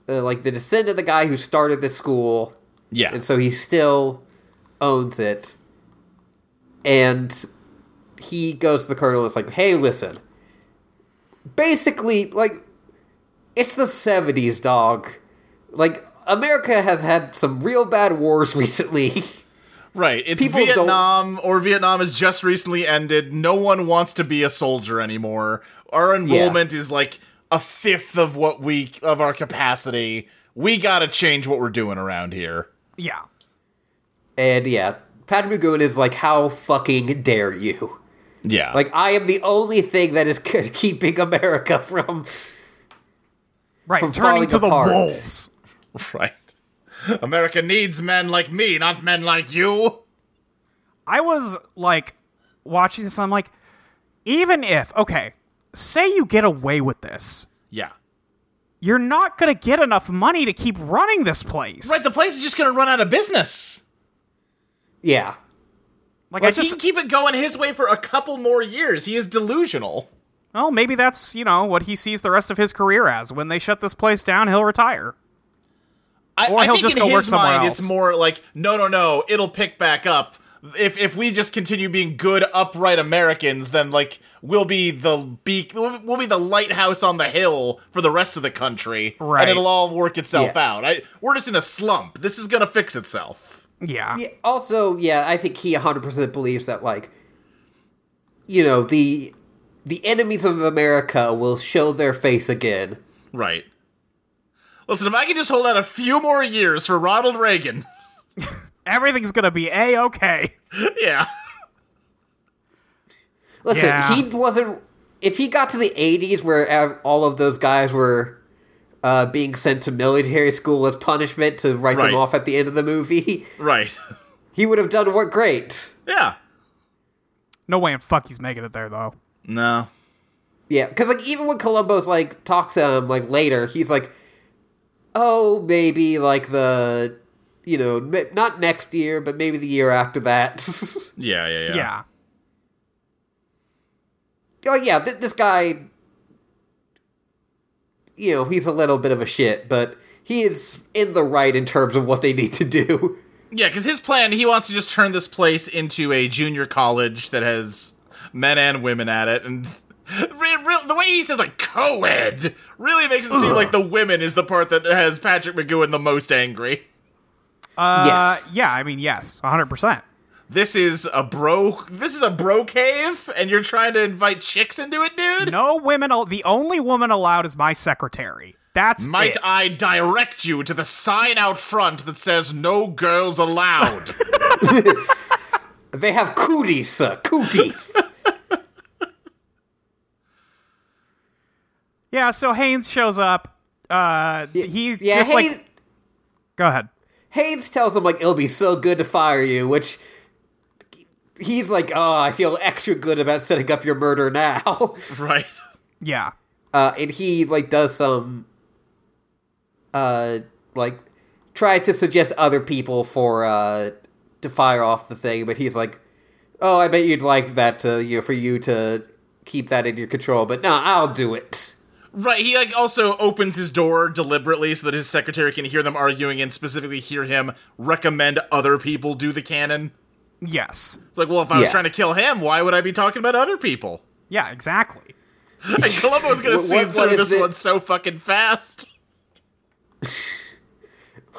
uh, like the descendant of the guy who started this school, Yeah. and so he still owns it. And he goes to the colonel and is like, "Hey, listen. Basically, like, it's the '70s, dog. Like, America has had some real bad wars recently." right. It's People don't- Vietnam or Vietnam has just recently ended. No one wants to be a soldier anymore. Our enrollment is like a fifth of what we of our capacity. We gotta change what we're doing around here. Yeah. and yeah, Patrick McGowan is like, "How fucking dare you!" Yeah. Like I am the only thing that is ke- keeping America from. Right. From Turning falling to the apart. wolves. right. America needs men like me, not men like you. I was like watching this. I'm like, even if okay, say you get away with this, Yeah. you're not gonna get enough money to keep running this place. Right, the place is just gonna run out of business. Yeah, like, Like I he just, can keep it going his way for a couple more years. He is delusional. well, maybe that's you know what he sees the rest of his career as. When they shut this place down, he'll retire. I, Or I he'll think just in go his work somewhere mind, else. It's more like no, no, no. It'll pick back up if if we just continue being good, upright Americans. Then like we'll be the beak, we'll be the lighthouse on the hill for the rest of the country, Right. And it'll all work itself Yeah. out. I, we're just in a slump. This is gonna fix itself. Yeah, Yeah, Also, yeah, I think he 100% believes that like you know, the the enemies of America will show their face again. Right. Listen, if I can just hold out a few more years for Ronald Reagan, everything's gonna be a okay. yeah. Listen, Yeah. he wasn't if he got to the 80s where ev- all of those guys were uh, being sent to military school as punishment to write Right. them off at the end of the movie, Right. he would have done work great. yeah. No way in fuck he's making it there though. No. Yeah, because like even when Columbo's like talks to him like later, he's like, "Oh, maybe like the, you know, m- not next year, but maybe the year after that." Yeah. Yeah. Yeah, like, yeah, th- this guy, you know, he's a little bit of a shit, but he is in the right in terms of what they need to do. Yeah, because his plan, he wants to just turn this place into a junior college that has men and women at it. And re- re- the way he says, like, co ed really makes it seem like the women is the part that has Patrick McGowan the most angry. Uh, yes, yeah. I mean, yes, 100. percent this is a bro this is a bro cave and you're trying to invite chicks into it, dude? No women. Al- the only woman allowed is my secretary. That's Might it. I direct you to the sign out front that says no girls allowed? They have cooties, sir. Cooties. yeah. So Haynes shows up. Uh, he yeah, just Hay- like go ahead. Haynes tells him like it'll be so good to fire you, which he's like, oh, I feel extra good about setting up your murder now. right. Yeah. Uh, and he like does some, uh, like tries to suggest other people for uh to fire off the thing, but he's like, oh, I bet you'd like that to you know, for you to keep that in your control, but no, I'll do it. Right, he like also opens his door deliberately so that his secretary can hear them arguing and specifically hear him recommend other people do the canon. Yes. It's like, well, if I was Yeah. trying to kill him, why would I be talking about other people? Yeah. Exactly. And Columbo's gonna What- see what- through what is this it? one so fucking fast.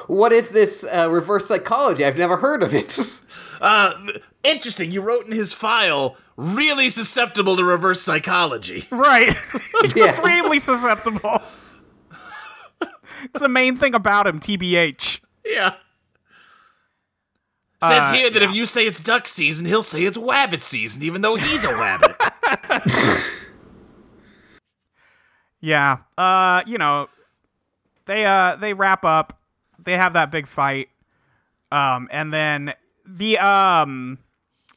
What is this uh, reverse psychology? I've never heard of it. Uh, th- interesting. You wrote in his file, really susceptible to reverse psychology. Right. Yes. Extremely susceptible. it's the main thing about him, TBH. yeah. Says Uh, here that if you say it's duck season, he'll say it's wabbit season, even though he's a wabbit. Yeah. Uh, you know, they uh they wrap up. They have that big fight. Um, and then the um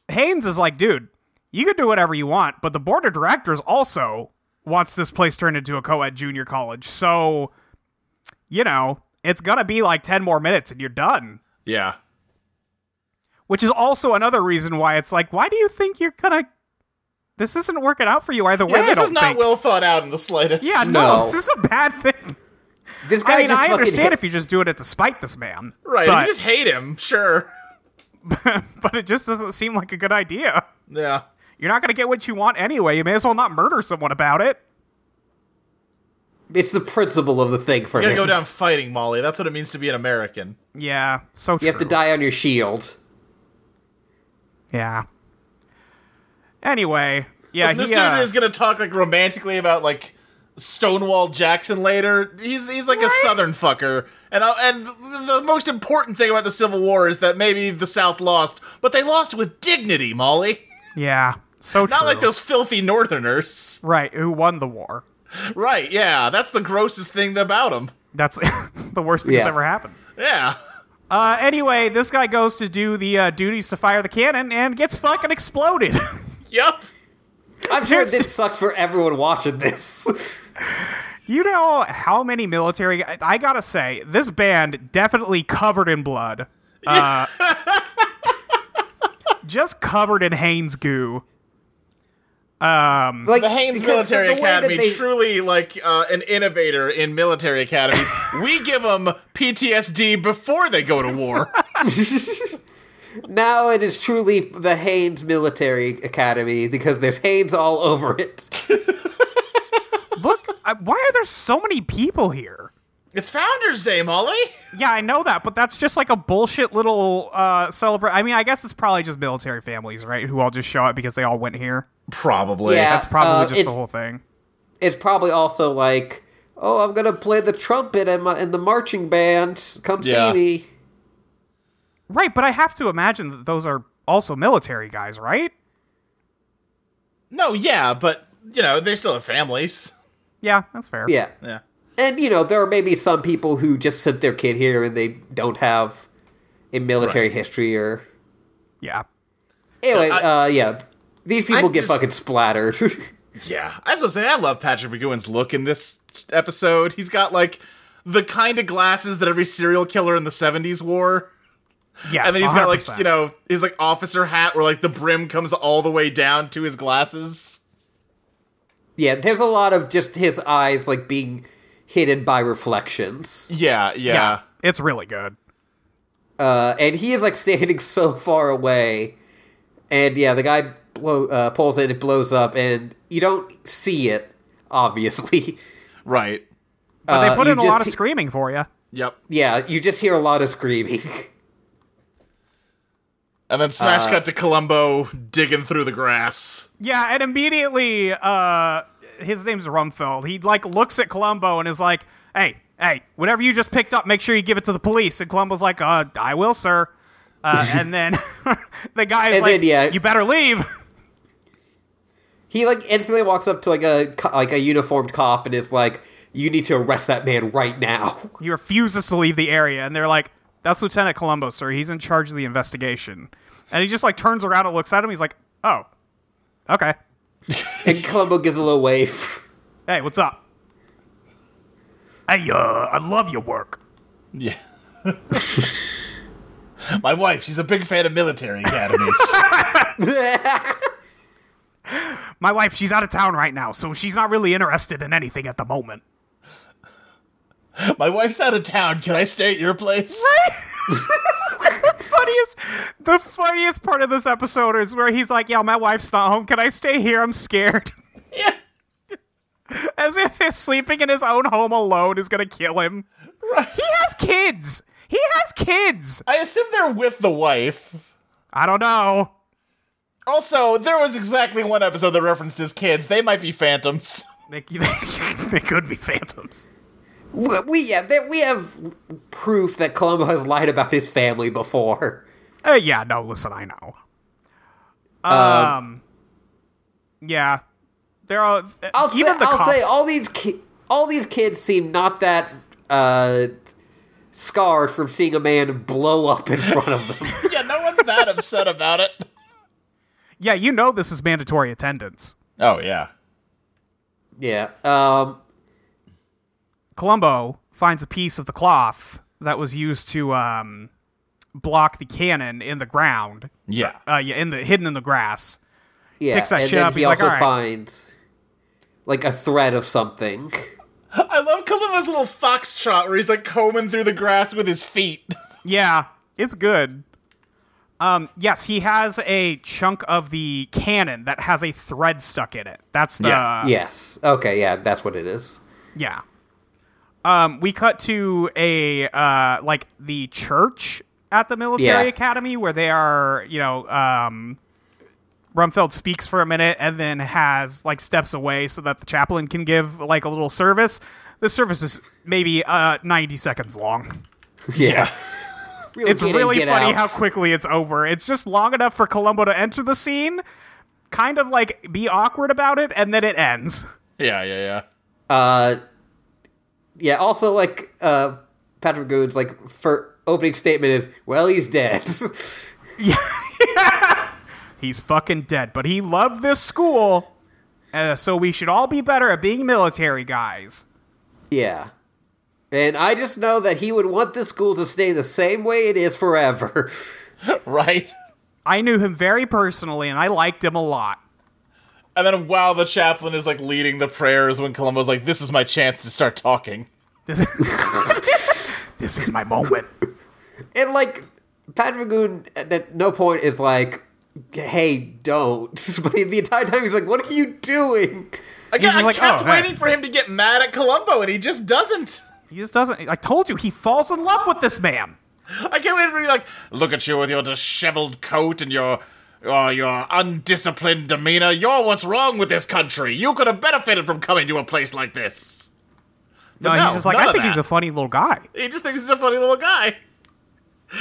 Haynes is like, dude, you can do whatever you want, but the board of directors also wants this place turned into a co ed junior college. So, you know, it's gonna be like ten more minutes and you're done. yeah. Which is also another reason why it's like, why do you think you're gonna this isn't working out for you either way? Yeah, I this don't is not think. well thought out in the slightest. Yeah, No. no, this is a bad thing. This guy I mean, just I fucking understand hit- if you just do it to spite this man, Right. But, you just hate him, sure. but it just doesn't seem like a good idea. Yeah. You're not going to get what you want anyway. You may as well not murder someone about it. It's the principle of the thing for You gotta him. go down fighting, Molly. That's what it means to be an American. Yeah, so You have to die on your shield. Yeah. Anyway, yeah, Listen, this he, dude uh, is gonna talk like romantically about like Stonewall Jackson later. He's he's like a Southern fucker, and I, and the, the most important thing about the Civil War is that maybe the South lost, but they lost with dignity, Molly. yeah, so Not true. like those filthy Northerners, right who won the war. right? Yeah, that's the grossest thing about them. That's the worst thing that's Yeah. ever happened. Yeah, Uh, anyway, this guy goes to do the uh, duties to fire the cannon and gets fucking exploded. yep. I'm sure Here's- this sucked for everyone watching this. You know how many military? I, I gotta say, this band definitely covered in blood. Uh, just covered in Haynes goo. like The Haynes because Military the way that Academy, they- truly like uh, an innovator in military academies. we give them PTSD before they go to war. now it is truly the Haynes Military Academy because there's Haynes all over it. Look, I, why are there so many people here? it's Founders Day, Molly. Yeah, I know that, but that's just like a bullshit little uh, celebrate. I mean, I guess it's probably just military families, right? Who all just show up because they all went here. Probably. Yeah. That's probably Uh, just it- the whole thing. It's probably also like, oh, I'm gonna play the trumpet in, my, in the marching band. Come Yeah. see me. Right, but I have to imagine that those are also military guys, right? No, yeah, but you know they still have families. Yeah, that's fair. Yeah, Yeah. and you know there are maybe some people who just sent their kid here and they don't have a military history or Yeah. anyway. I- uh, yeah, these people get just- fucking splattered. Yeah. I was gonna say I love Patrick McGowan's look in this episode. He's got like the kind of glasses that every serial killer in the '70s wore, Yes, and then he's 100%. got like you know his like officer hat where like the brim comes all the way down to his glasses. yeah, there's a lot of just his eyes like being hidden by reflections. Yeah, yeah. yeah, it's really good. Uh, and he is like standing so far away, and yeah, the guy blow, uh, pulls it, it blows up, and you don't see it obviously. Right. But Uh, they put you in a lot just- of screaming for you. Yep. Yeah, you just hear a lot of screaming. And then uh, smash cut to Columbo digging through the grass. Yeah, and immediately, uh, his name's Rumfeld. He like looks at Columbo and is like, "Hey, hey, whatever you just picked up, make sure you give it to the police." And Columbo's like, "Uh, I will, sir." Uh, and then the guy's And like, then, yeah. "You better leave." He like instantly walks up to like a co- like a uniformed cop and is like, "You need to arrest that man right now." He refuses to leave the area, and they're like, "That's Lieutenant Columbo, sir. He's in charge of the investigation." And he just like turns around and looks at him. He's like, "Oh, okay. And Columbo gives a little wave. Hey, what's up?" Hey, uh, I love your work. Yeah. My wife, she's a big fan of military academies. My wife, she's out of town right now, so she's not really interested in anything at the moment. My wife's out of town. Can I stay at your place? the funniest the funniest part of this episode is where he's like, Yeah, my wife's not home. Can I stay here? I'm scared. Yeah. As if his sleeping in his own home alone is gonna kill him. Right. He has kids! He has kids! I assume they're with the wife. I don't know. Also, there was exactly one episode that referenced his kids. They might be phantoms. They, they could be phantoms. We- We yeah, that we have proof that Columbo has lied about his family before. Uh, yeah, no, listen, I know. Uh, Um, Yeah. There are I'll even say, the I'll cops. say all these ki- all these kids seem not that uh, scarred from seeing a man blow up in front of them. yeah, no one's that upset about it. Yeah, you know this is mandatory attendance. Oh, yeah. yeah. Um, Columbo finds a piece of the cloth that was used to um, block the cannon in the ground, Yeah. uh, yeah, in the hidden in the grass. yeah. Picks that and shit then up, he he's like, also "Alright." finds like a thread of something. I love Kaluma's little foxtrot where he's like combing through the grass with his feet. Yeah, it's good. Um, yes, he has a chunk of the cannon that has a thread stuck in it. That's the Yeah. yes. Okay. Yeah, that's what it is. Yeah. Um, we cut to a uh, like the church at the military Yeah. academy where they are, you know, um, Rumfeld speaks for a minute and then has like steps away so that the chaplain can give like a little service. The service is maybe uh, ninety seconds long. Yeah. Really It's get in, really get funny out. how quickly it's over. It's just long enough for Columbo to enter the scene, kind of like be awkward about it, and then it ends. Yeah, yeah, yeah. Uh, yeah. Also, like uh, Patrick Good's like for opening statement is, "Well, he's dead." He's fucking dead, but he loved this school. Uh, so we should all be better at being military guys. yeah. And I just know that he would want this school to stay the same way it is forever. Right? I knew him very personally and I liked him a lot. And then while the chaplain is like leading the prayers, when Columbo's like, this is my chance to start talking. This, this is my moment. and like Patrick Goon at at no point is like, "Hey, don't." But he- the entire time he's like, "What are you doing?" Again, just I like, kept "Oh, hey." waiting for him to get mad at Columbo, and he just doesn't. He just doesn't. I told you, he falls in love with this man. I can't wait for him to be like, look at you with your disheveled coat and your. Oh, your undisciplined demeanor. You're what's wrong with this country. You could have benefited from coming to a place like this. No, no, he's just like, none I of think that. he's a funny little guy. He just thinks he's a funny little guy.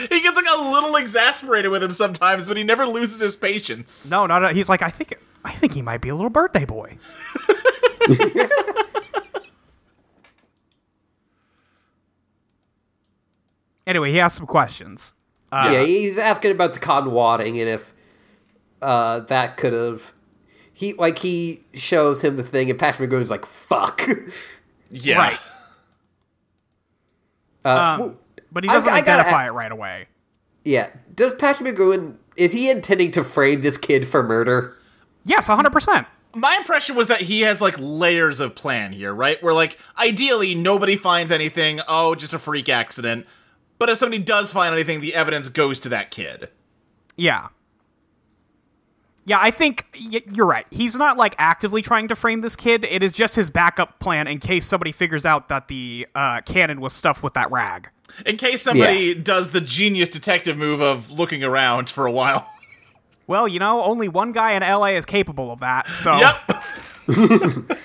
He gets like a little exasperated with him sometimes, but he never loses his patience. No, no, no. He's like, I think, I think he might be a little birthday boy. anyway, he asked some questions. yeah, he's asking about the cotton wadding and if uh, that could have. He like he shows him the thing, and Patrick McGoon's like, "Fuck." Yeah. Right. Uh, wh- But he I- doesn't I gotta identify ask- it right away. yeah, does Patrick McGoon is he intending to frame this kid for murder? Yes, 100%. My impression was that he has like layers of plan here, right? Where like ideally nobody finds anything. Oh, just a freak accident. But if somebody does find anything, the evidence goes to that kid. Yeah. Yeah, I think y- you're right. He's not like actively trying to frame this kid. It is just his backup plan in case somebody figures out that the uh, cannon was stuffed with that rag. In case somebody does the genius detective move of looking around for a while. Well, you know, only one guy in LA is capable of that, so Yep.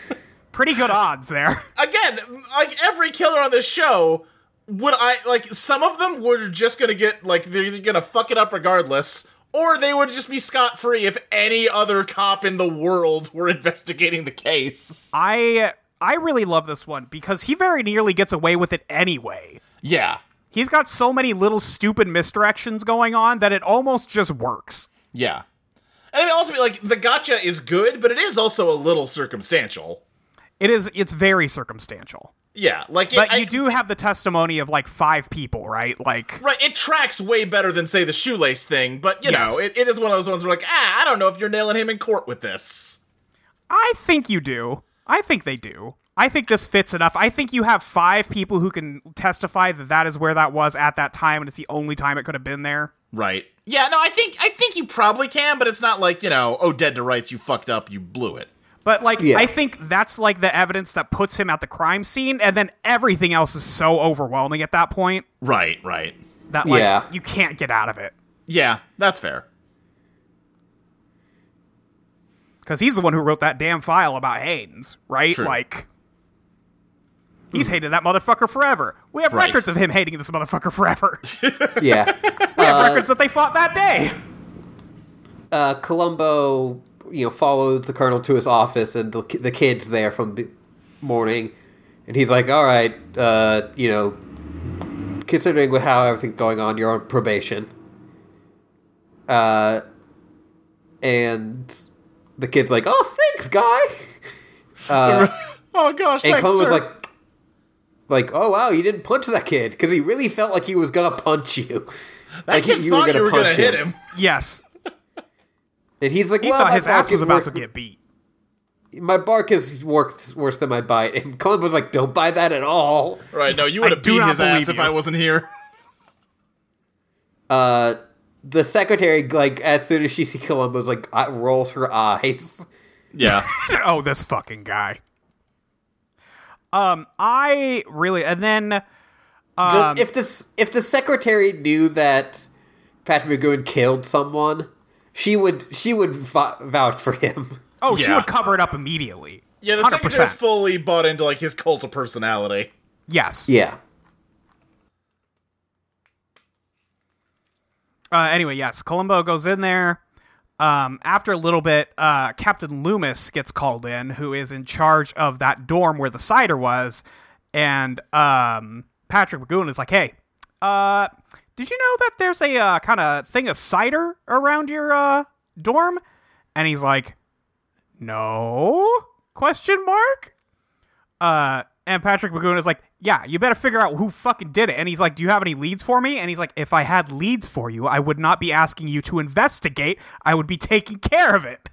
pretty good odds there. Again, like every killer on this show, would I like some of them were just gonna get like they're either gonna fuck it up regardless, or they would just be scot free if any other cop in the world were investigating the case. I I really love this one because he very nearly gets away with it anyway. Yeah. He's got so many little stupid misdirections going on that it almost just works. Yeah. And I mean, ultimately, like the gotcha is good, but it is also a little circumstantial. It is it's very circumstantial. Yeah, like it, But I- you do have the testimony of like five people, right? Like Right, it tracks way better than say the shoelace thing, but you know, Yes. it, it is one of those ones where like, ah, I don't know if you're nailing him in court with this. I think you do. I think they do. I think this fits enough. I think you have five people who can testify that that is where that was at that time, and it's the only time it could have been there. Right. Yeah, no, I think I think you probably can, but it's not like, you know, oh dead to rights, you fucked up, you blew it. But like, Yeah. I think that's like the evidence that puts him at the crime scene, and then everything else is so overwhelming at that point Right, right. that like Yeah. you can't get out of it Yeah, that's fair. because he's the one who wrote that damn file about Haynes, right? True. Hmm. Like, he's hated that motherfucker forever. We have Right. records of him hating this motherfucker forever. Yeah. we Uh, have records that they fought that day. uh, Columbo, you know, follows the colonel to his office, and the, the kid's there from the morning, and he's like, "All right, uh, you know, considering with how everything's going on, you're on probation." Uh, and the kid's like, "Oh, thanks, guy." oh gosh, And thanks, Columbo's sir. like, "Like, oh wow, you didn't punch that kid because he really felt like he was gonna punch you." that like, kid thought you were gonna hit him. Yes, and he's like, he "Well, thought my his ass pocket was about worked- to get beat. my bark is worse, worse than my bite. And Colin was like, don't buy that at all. Right, no, you I would have do beat not his ass believe if you. I wasn't here. Uh, The secretary, like, as soon as she sees Columbo's, like, uh, rolls her eyes. Yeah. oh, this fucking guy. Um, I really, and then The- Um, if this, if the secretary knew that Patrick McGoon killed someone, she would, she would v- vouch for him. oh, she Yeah. would cover it up immediately. yeah, the 100%. secretary's fully bought into like his cult of personality. Yes. Yeah, Uh, anyway, yes, Columbo goes in there. Um, after a little bit, uh, Captain Loomis gets called in, who is in charge of that dorm where the cider was, and um, Patrick Magoon is like, "Hey, uh, did you know that there's a uh, kind of thing of cider around your uh, dorm?" And he's like, "No?" Question mark. Uh, and Patrick Magoon is like, yeah, you better figure out who fucking did it. And he's like, do you have any leads for me? And he's like, if I had leads for you, I would not be asking you to investigate. I would be taking care of it.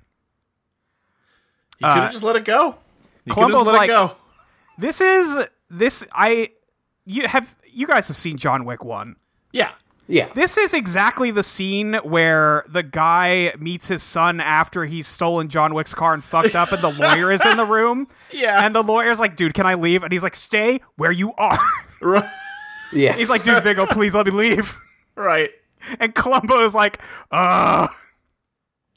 He could have just let it go. He could have Columbo's just let like- it go. This is this I you have you guys have seen John Wick 1. Yeah. yeah, This is exactly the scene where the guy meets his son after he's stolen John Wick's car and fucked up and the lawyer is in the room. Yeah. And the lawyer's like, dude, can I leave? And he's like, stay where you are. Right. yes. He's like, dude, Vigo, please let me leave. Right. And Columbo is like, uh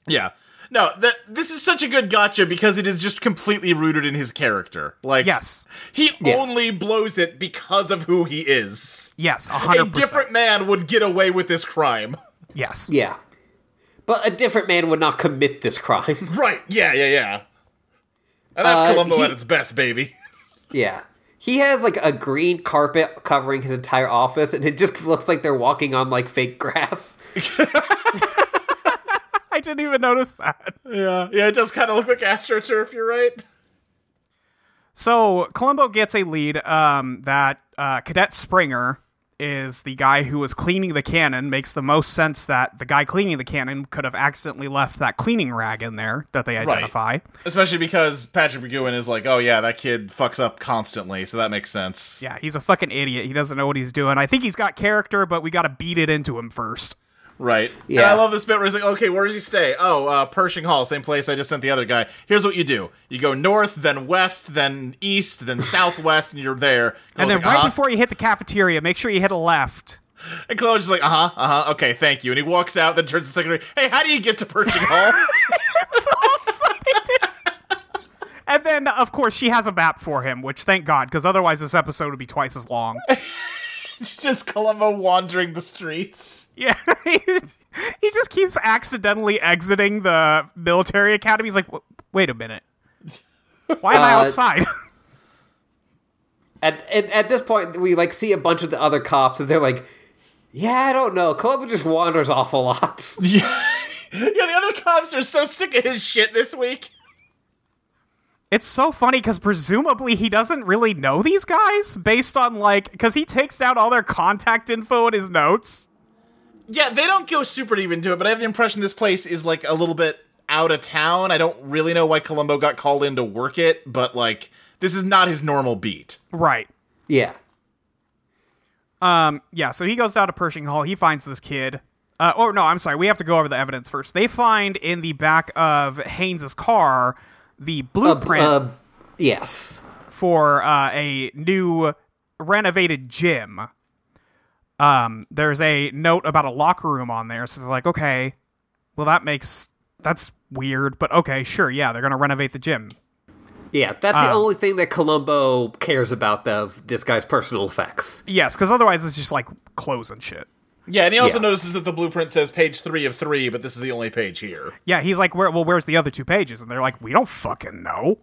Yeah. No, that this is such a good gotcha because it is just completely rooted in his character. Like yes. he Yeah. only blows it because of who he is. Yes, a A 100%. different man would get away with this crime. Yes. yeah. But a different man would not commit this crime. Right. Yeah, yeah, yeah. And that's Uh, Columbo he- at its best, baby. yeah. He has like a green carpet covering his entire office, and it just looks like they're walking on like fake grass. I didn't even notice that. Yeah. Uh, Yeah, it does kind of look like AstroTurf, you're right. So Columbo gets a lead um, that uh, Cadet Springer is the guy who was cleaning the cannon. Makes the most sense that the guy cleaning the cannon could have accidentally left that cleaning rag in there that they identify. Especially because Patrick McGowan is like, oh yeah, that kid fucks up constantly, so that makes sense. Yeah, he's a fucking idiot. He doesn't know what he's doing. I think he's got character, but we got to beat it into him first. Right. And Yeah. I love this bit where he's like, okay, where does he stay? Oh, uh, Pershing Hall, same place I just sent the other guy. Here's what you do you go north, then west, then east, then southwest, and you're there. And Chloe's then like, right uh-huh. before you hit the cafeteria, make sure you hit a left. And Chloe's just like, uh huh, uh huh, okay, thank you. And he walks out, then turns to the secretary, hey, how do you get to Pershing Hall? And then, of course, she has a map for him, which thank God, because otherwise this episode would be twice as long. just Columbo wandering the streets. Yeah, he, he just keeps accidentally exiting the military academy. He's like, "W- wait a minute, why am I Uh, outside? At, at at this point, we like see a bunch of the other cops, and they're like, "Yeah, I don't know. Columbo just wanders off a lot." Yeah. yeah, the other cops are so sick of his shit this week. it's so funny because presumably he doesn't really know these guys based on like because he takes down all their contact info in his notes. Yeah, they don't go super deep into it, but I have the impression this place is like a little bit out of town. I don't really know why Columbo got called in to work it, but like this is not his normal beat. Right. yeah, Um. Yeah. So he goes down to Pershing Hall. He finds this kid. Uh, or no, I'm sorry. We have to go over the evidence first. They find in the back of Haynes's car the blueprint. Uh, yes, for uh, a new renovated gym. Um, there's a note about a locker room on there, so they're like, okay, well that makes that's weird, but okay, sure, yeah, they're gonna renovate the gym. yeah. That's the only thing that Columbo cares about of this guy's personal effects. Yes, because otherwise it's just like clothes and shit. Yeah, and he also Yeah. notices that the blueprint says page three of three, but this is the only page here. Yeah, he's like, Where, well, where's the other two pages? And they're like, we don't fucking know.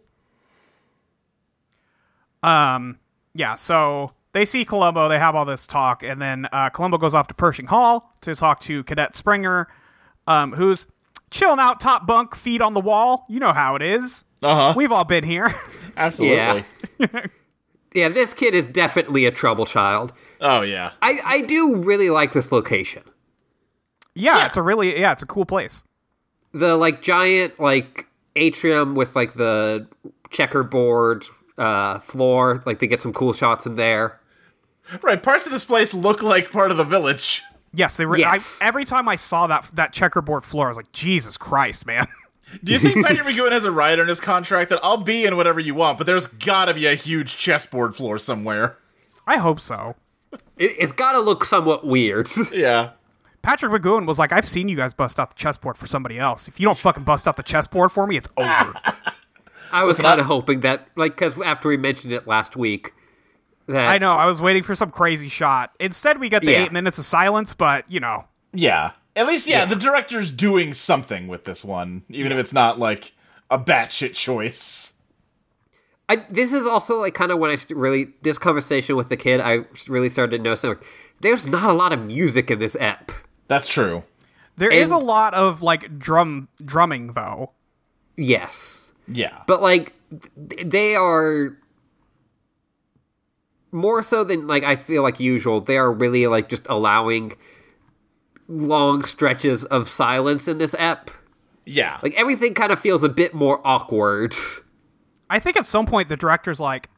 Um, yeah, so they see Columbo, they have all this talk, and then uh, Columbo goes off to Pershing Hall to talk to Cadet Springer, um, who's chilling out, top bunk, feet on the wall. You know how it is. Uh huh. We've all been here. Absolutely. Yeah. Yeah, this kid is definitely a trouble child. Oh yeah. I I do really like this location. yeah, it's a really, yeah, it's a cool place. The like giant like atrium with like the checkerboard uh floor. Like they get some cool shots in there. Right. Parts of this place look like part of the village. Yes, they were. Yes. I, every time I saw that that checkerboard floor, I was like, Jesus Christ, man. Do you think Patrick McGowan has a rider in his contract that I'll be in whatever you want, but there's gotta be a huge chessboard floor somewhere? I hope so. It, it's got to look somewhat weird. Yeah. Patrick McGoon was like, I've seen you guys bust out the chessboard for somebody else. If you don't fucking bust out the chessboard for me, it's over. I was kind of hoping that, like, because after we mentioned it last week, that I know. I was waiting for some crazy shot. Instead, we got the Yeah. eight minutes of silence, but, you know, Yeah. At least, yeah, the director's doing something with this one, even if it's not like a batshit choice. I, this is also like kind of when I st- really this conversation with the kid, I s- really started to notice like, there's not a lot of music in this ep. That's true. there is And- a lot of, like, drum drumming, though. Yes, Yeah. but like th- they are more so than like I feel like usual. They are really like just allowing long stretches of silence in this ep. yeah. Like everything kind of feels a bit more awkward. I think at some point the director's like,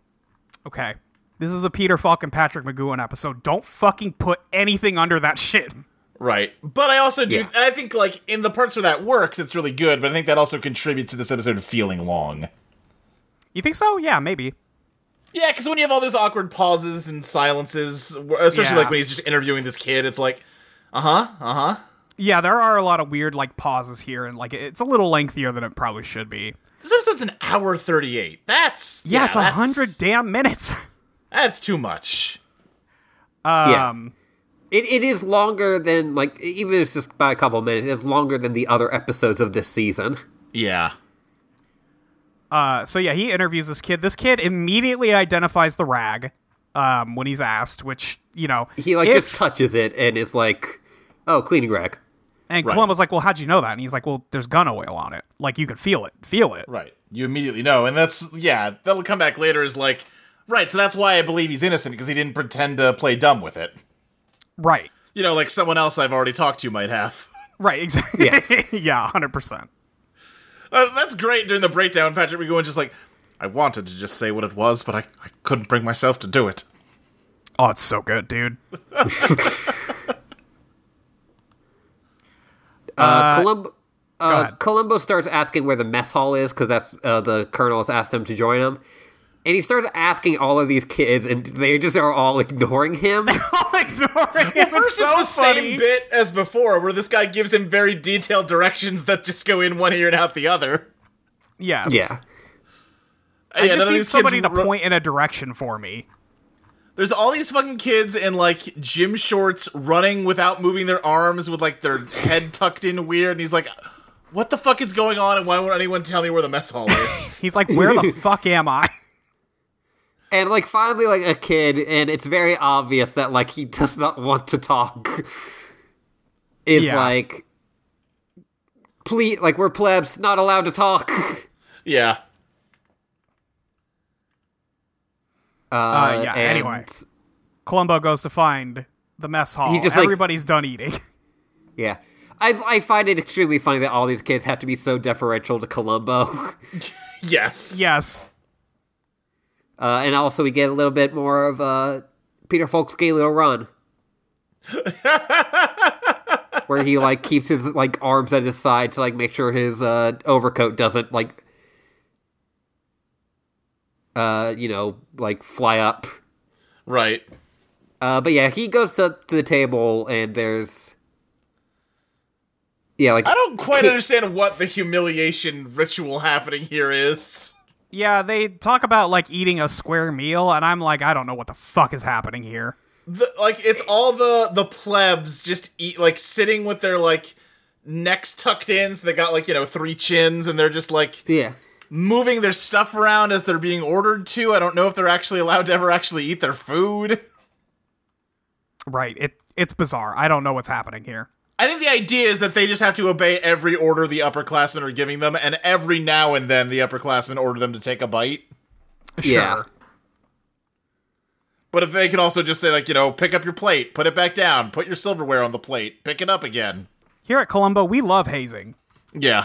okay, this is the Peter Falk and Patrick McGoon episode. Don't fucking put anything under that shit. right. But I also do, Yeah. and I think like in the parts where that works, it's really good, but I think that also contributes to this episode feeling long. You think so? Yeah, maybe. Yeah, because when you have all those awkward pauses and silences, wh- especially Yeah. like when he's just interviewing this kid, it's like, Yeah, there are a lot of weird, like, pauses here, and, like, it's a little lengthier than it probably should be. this episode's an hour 38. That's. Yeah, it's a that's- hundred damn minutes. That's too much. yeah. Um, It, it is longer than like e-, even if it's just by a couple minutes. It's longer than the other episodes of this season. Yeah. Uh, so yeah, he interviews this kid. This kid immediately identifies the rag um, when he's asked, which you know He like if- just touches it and is like, "Oh, cleaning rag." and Right. Columbo's like, "Well, how'd you know that?" And he's like, "Well, there's gun oil on it. Like you can feel it, feel it." Right. You immediately know. And that's, yeah, that'll come back later is like, right, so that's why I believe he's innocent because he didn't pretend to play dumb with it. Right, You know, like someone else I've already talked to might have. right, exactly. Yes. yeah, hundred percent. Uh, that's great during the breakdown. Patrick McGowan just like, I wanted to just say what it was, but I, I couldn't bring myself to do it. Uh, Oh, it's so good, dude. Uh, Colum- uh, ahead. Columbo starts asking where the mess hall is because that's uh, the colonel has asked him to join him. And he starts asking all of these kids, and they just are all ignoring him. Oh, ignoring him. First, so it's the funny. same bit as before, where this guy gives him very detailed directions that just go in one ear and out the other. Yes. yeah. I Yeah, none just of need these kids somebody to ro- point in a direction for me. There's all these fucking kids in like gym shorts running without moving their arms with like their head tucked in weird, and he's like, "What the fuck is going on? And why won't anyone tell me where the mess hall is?" He's like, "Where the fuck am I?" And like finally, like a kid, and it's very obvious that like he does not want to talk. Is Yeah. like, please, like we're plebs, not allowed to talk. yeah, Uh, yeah. and Anyway, Columbo goes to find the mess hall. He just, like- Everybody's done eating. yeah, I I find it extremely funny that all these kids have to be so deferential to Columbo. yes, yes. Uh, and also, we get a little bit more of uh, Peter Falk's gay little run, where he like keeps his like arms at his side to like make sure his uh, overcoat doesn't like, uh, you know, like fly up. right. Uh, but yeah, he goes to the table and there's, yeah, like I don't quite understand what the humiliation ritual happening here is. Yeah, they talk about like eating a square meal, and I'm like, I don't know what the fuck is happening here. The, like it's all the the plebs just eat like sitting with their like necks tucked in, so they got like you know three chins, and they're just like yeah. moving their stuff around as they're being ordered to. I don't know if they're actually allowed to ever actually eat their food. Right. It it's bizarre. I don't know what's happening here. I think the idea is that they just have to obey every order the upperclassmen are giving them, and every now and then the upperclassmen order them to take a bite. Sure. Yeah. But if they can also just say, like, you know, pick up your plate, put it back down, put your silverware on the plate, pick it up again. Here at Columbo, we love hazing. Yeah.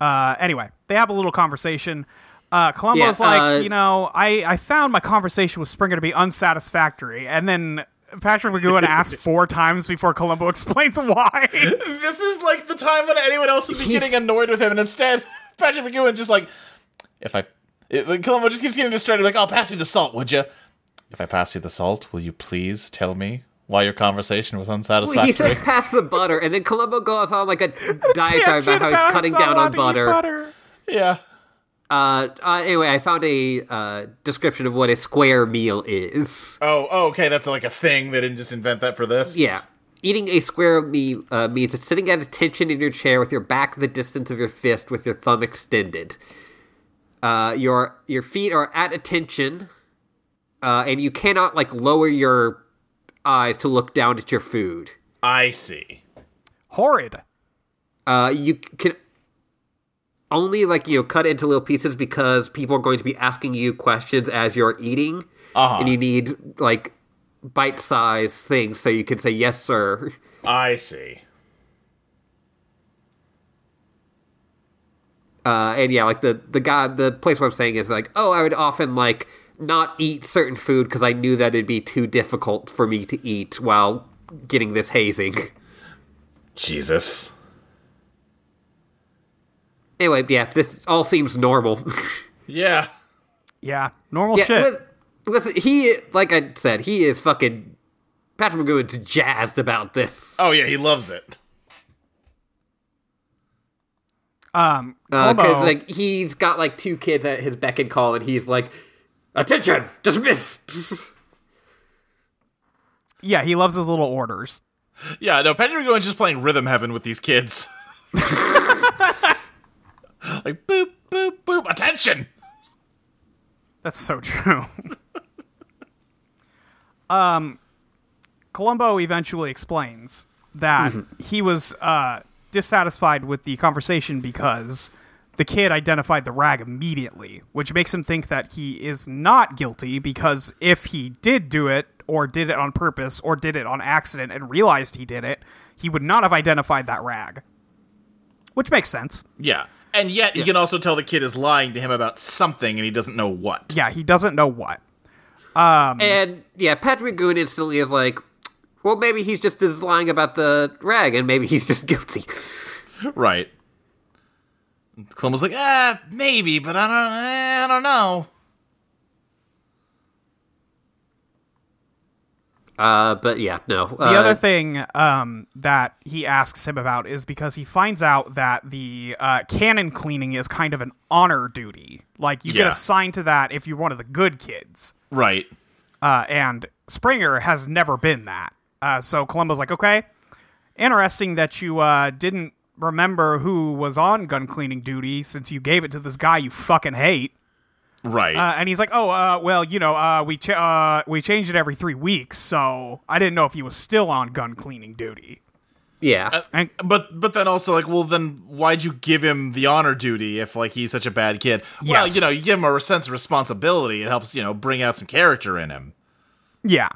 Uh, anyway, they have a little conversation. Uh, Columbo's Yeah, like, uh, you know, I, I found my conversation with Springer to be unsatisfactory. And then Patrick McGowan asks four times before Columbo explains why. this is like the time when anyone else would be He's- getting annoyed with him, and instead, Patrick McGowan just like, if I. It, like, Columbo just keeps getting distracted, like, oh, pass me the salt, would you? If I pass you the salt, will you please tell me why your conversation was Well, unsatisfactory? he said pass the butter, and then Columbo goes on like a diatribe Tangent about how he's cutting not down allowed on to eat butter. yeah. Uh, uh, anyway, I found a uh, description of what a square meal is. Oh, oh, okay, that's like a thing. They didn't just invent that for this. Yeah. Eating a square meal uh, means it's sitting at attention in your chair with your back the distance of your fist with your thumb extended. Uh, your your feet are at attention, uh, and you cannot like lower your eyes to look down at your food. I see. Horrid. Uh, you c- can only like you know cut it into little pieces because people are going to be asking you questions as you're eating, Uh-huh. and you need like bite-sized things so you can say yes, sir. I see. Uh, and yeah, like the the guy, the place where I'm saying is like, oh, I would often like not eat certain food because I knew that it'd be too difficult for me to eat while getting this hazing. Jesus. Anyway, yeah, this all seems normal. Yeah. Yeah. Normal Yeah, shit. li- listen, he like I said, he is fucking Patrick McGowan's jazzed about this. Oh yeah, he loves it. um, Because Columbo, Uh, like he's got like two kids at his beck and call, and he's like, "Attention, dismissed." yeah, he loves his little orders. Yeah, no, Patrick McGowan's just playing rhythm heaven with these kids. like boop boop boop attention. That's so true. um, Columbo eventually explains that he was uh, dissatisfied with the conversation because the kid identified the rag immediately, which makes him think that he is not guilty because if he did do it, or did it on purpose, or did it on accident and realized he did it, he would not have identified that rag. Which makes sense. Yeah. And yet he can also tell the kid is lying to him about something and he doesn't know what. Yeah, he doesn't know what. and yeah, Patrick Goon instantly is like, well, maybe he's just is lying about the rag, and maybe he's just guilty. Right. Clem was like, ah, maybe, but I don't, eh, I don't know. Uh, but yeah, no. Uh, The other thing um, that he asks him about is because he finds out that the uh, cannon cleaning is kind of an honor duty. Like you get Yeah. assigned to that if you're one of the good kids, Right. uh, and Springer has never been that. Uh, so Columbo's like, okay, interesting that you uh, didn't remember who was on gun cleaning duty since you gave it to this guy you fucking hate. Right. Uh, and he's like, "Oh, uh, well, you know, uh, we ch- uh, we change it every three weeks, so I didn't know if he was still on gun cleaning duty." yeah, And but but then also like, well, then why'd you give him the honor duty if like he's such a bad kid? Well, Yes. you know, you give him a sense of responsibility. It helps you know bring out some character in him. yeah,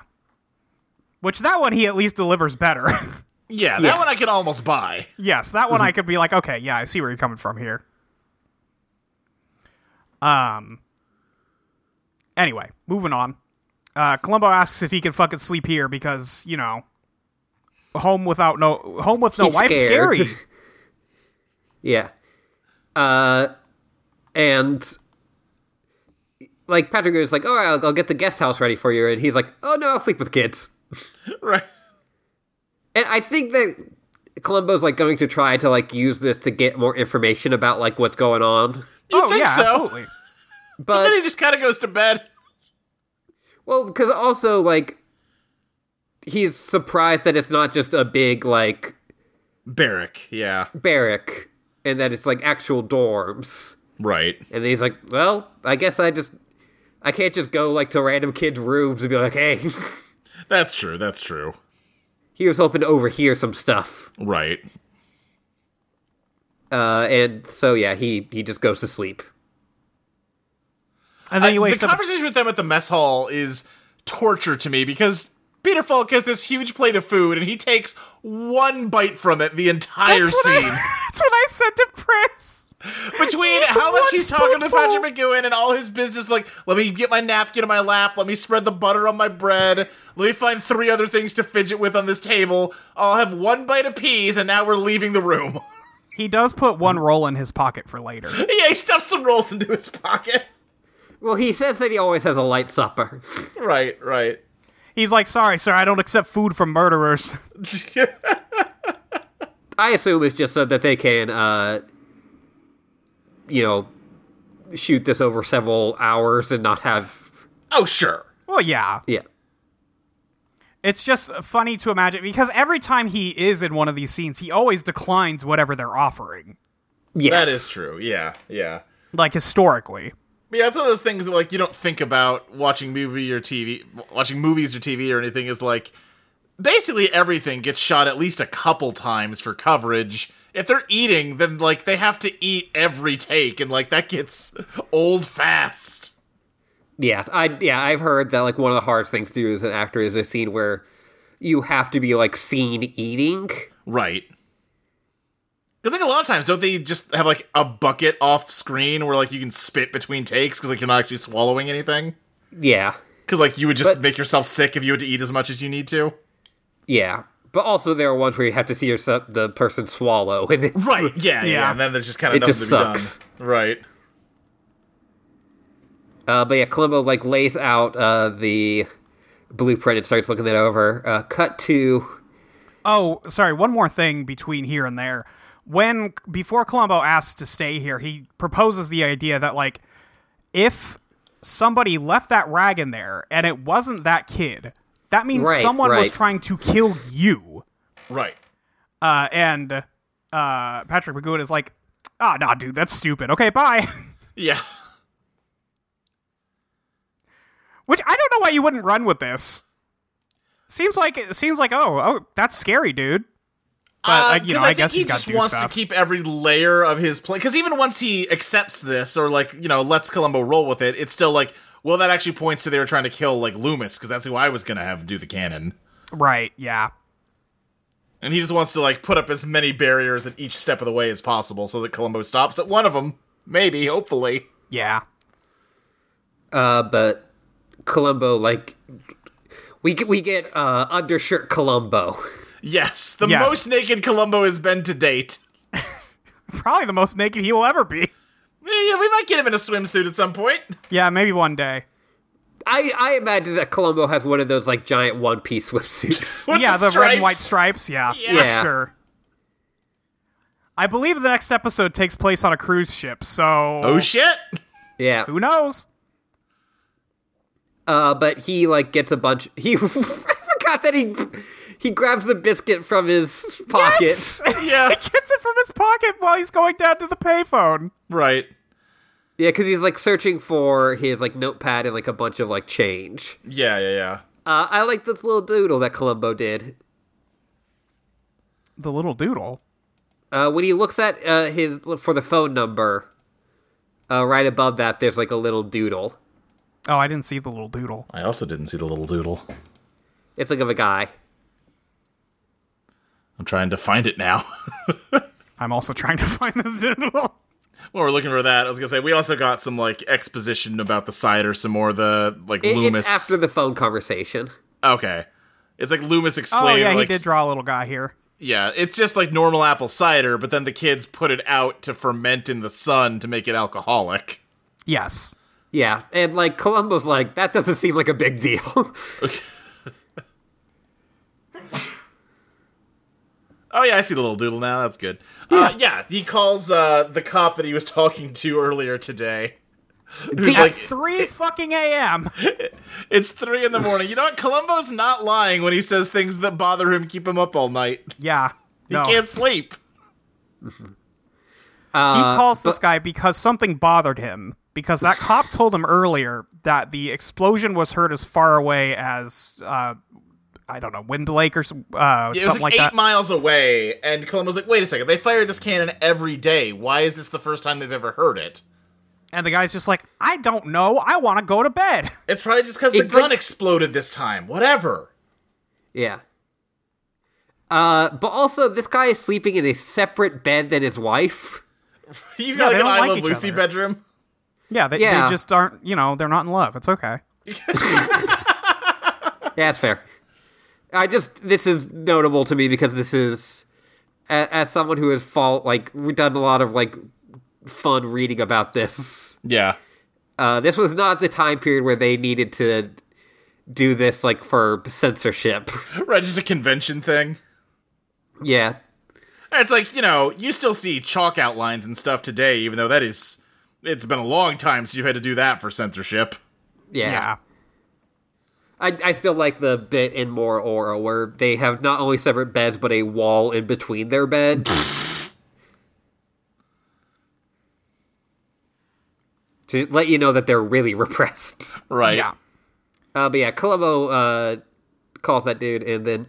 which that one he at least delivers better. Yeah, that Yes. one I can almost buy. yes, that Mhm. one I could be like, "Okay, yeah, I see where you're coming from here." Um. Anyway, moving on. Uh, Columbo asks if he can fucking sleep here because you know, home without no home with no He's wife's scared. scary. yeah. Uh, and like Patrick Goon's like, all right, I'll, I'll get the guest house ready for you, and he's like, oh no, I'll sleep with kids. Right. And I think that Columbo's like going to try to like use this to get more information about like what's going on. You oh think yeah, so? absolutely. Then he But just kind of goes to bed. well, because also like he's surprised that it's not just a big like Barrack. Yeah. barrack and that it's like actual dorms. Right. And then he's like, well, I guess I just I can't just go like to random kids' rooms and be like, hey. That's true. That's true. he was hoping to overhear some stuff. Right. Uh, and so yeah, he he just goes to sleep. And then I- you wakes the up. conversation with them at the mess hall is torture to me because Peter Falk has this huge plate of food and he takes one bite from it the entire That's what I- scene. that's what I said to Pris. Between how much one he's talking to spoonful. Patrick McGowan and all his business, like, let me get my napkin in my lap, let me spread the butter on my bread, let me find three other things to fidget with on this table. I'll have one bite of peas, and now we're leaving the room. He does put Mm. one roll in his pocket for later. yeah, he stuffs some rolls into his pocket. Well, he says that he always has a light supper. Right, right. He's like, "Sorry, sir, I don't accept food from murderers." I assume it's just so that they can, uh, you know, shoot this over several hours and not have. oh, sure. Well, yeah, Yeah. it's just funny to imagine because every time he is in one of these scenes, he always declines whatever they're offering. Yes. That is true. Yeah, yeah. Like historically, But yeah, it's one of those things that like you don't think about watching movie or TV, watching movies or TV or anything. Is like basically everything gets shot at least a couple times for coverage. If they're eating, then like they have to eat every take, and like that gets old fast. Yeah. I yeah I've heard that like one of the hard things to do as an actor is a scene where you have to be like seen eating. Right. Because like a lot of times, don't they just have like a bucket off screen where like you can spit between takes because like you're not actually swallowing anything? Yeah. Because like you would just But- make yourself sick if you had to eat as much as you need to. Yeah. But also there are ones where you have to see yourself the person swallow and it's, Right. Yeah, yeah. Yeah. And then there's just kind of It nothing just to be sucks. done. Right. Uh, but yeah, Columbo like lays out uh, the blueprint and starts looking that over. Uh, cut to Oh, sorry, one more thing between here and there. When before Columbo asks to stay here, he proposes the idea that like if somebody left that rag in there and it wasn't that kid, that means Right, someone was right. trying to kill you. Right. Uh, and uh, Patrick McGowan is like, "Ah, nah, dude, that's stupid. Okay, bye." Yeah. Which I don't know why you wouldn't run with this. Seems like it seems like oh oh that's scary, dude. But Uh, uh, you 'cause know, I I, think guess he he's got just to do wants stuff. to keep every layer of his play. Because even once he accepts this, or like you know, lets Columbo roll with it, it's still like, well, that actually points to they were trying to kill like Loomis because that's who I was gonna have do the cannon. right? Yeah. And he just wants to like put up as many barriers at each step of the way as possible, so that Columbo stops at one of them, maybe, hopefully. Yeah. uh, but Columbo like we get we get uh, undershirt Columbo. Yes, the Yes. most naked Columbo has been to date. Probably the most naked he will ever be. Eh, Yeah, we might get him in a swimsuit at some point. Yeah, maybe one day. I I imagine that Columbo has one of those like giant one piece swimsuits. With yeah, the, red and white stripes. stripes. Yeah, Yeah. for sure. I believe the next episode takes place on a cruise ship, so Oh shit! yeah, who knows? uh, but he like gets a bunch. He I forgot that he he grabs the biscuit from his pocket. Yeah, he gets it from his pocket while he's going down to the payphone. right. Yeah, because he's like searching for his like notepad and like a bunch of like change. Yeah, yeah, yeah. Uh, I like this little doodle that Columbo did. The little doodle. Uh, when he looks at uh, his for the phone number, uh, right above that, there's like a little doodle. Oh, I didn't see the little doodle. I also didn't see the little doodle. It's like of a guy. I'm trying to find it now. I'm also trying to find this doodle. Well, we're looking for that. I was gonna say we also got some like exposition about the cider, some more of the like It- Loomis. It's after the phone conversation. okay, it's like Loomis Oh explained. yeah, like, he did draw a little guy here. Yeah, it's just like normal apple cider, but then the kids put it out to ferment in the sun to make it alcoholic. Yes. Yeah, and like Columbo's like that doesn't seem like a big deal. Oh yeah, I see the little doodle now. That's good. Yeah, uh, yeah he calls uh, the cop that he was talking to earlier today. Who's The- like, Three fucking a.m. it's three in the morning. You know what? Columbo's not lying when he says things that bother him keep him up all night. Yeah. He no. can't sleep. Uh, he calls this guy because something bothered him because that cop told him earlier that the explosion was heard as far away as uh, I don't know Wind Lake or some, uh, It was something like, like, eight that. miles away, and Columbo's like, "Wait a second! They fire this cannon every day. Why is this the first time they've ever heard it? and the guy's just like, I don't know. I want to go to bed. It's probably just because the It's like- gun exploded this time. Whatever." yeah. Uh, but also this guy is sleeping in a separate bed than his wife. He's Yeah, they got like an don't I like Love each Lucy other. bedroom. Yeah, they, Yeah. they just aren't. You know, they're not in love. It's okay. Yeah, that's fair. I just this is notable to me because this is as, as someone who has fall like done a lot of like fun reading about this. Yeah. Uh, this was not the time period where they needed to do this like for censorship. Right, just a convention thing. yeah, And It's like, you know, you still see chalk outlines and stuff today, even though that is. It's been a long time since you've had to do that for censorship. yeah. Yeah. I, I still like the bit in More Aura where they have not only separate beds but a wall in between their beds. to let you know that they're really repressed. Right. Yeah. Uh, but yeah, Columbo uh, calls that dude, and then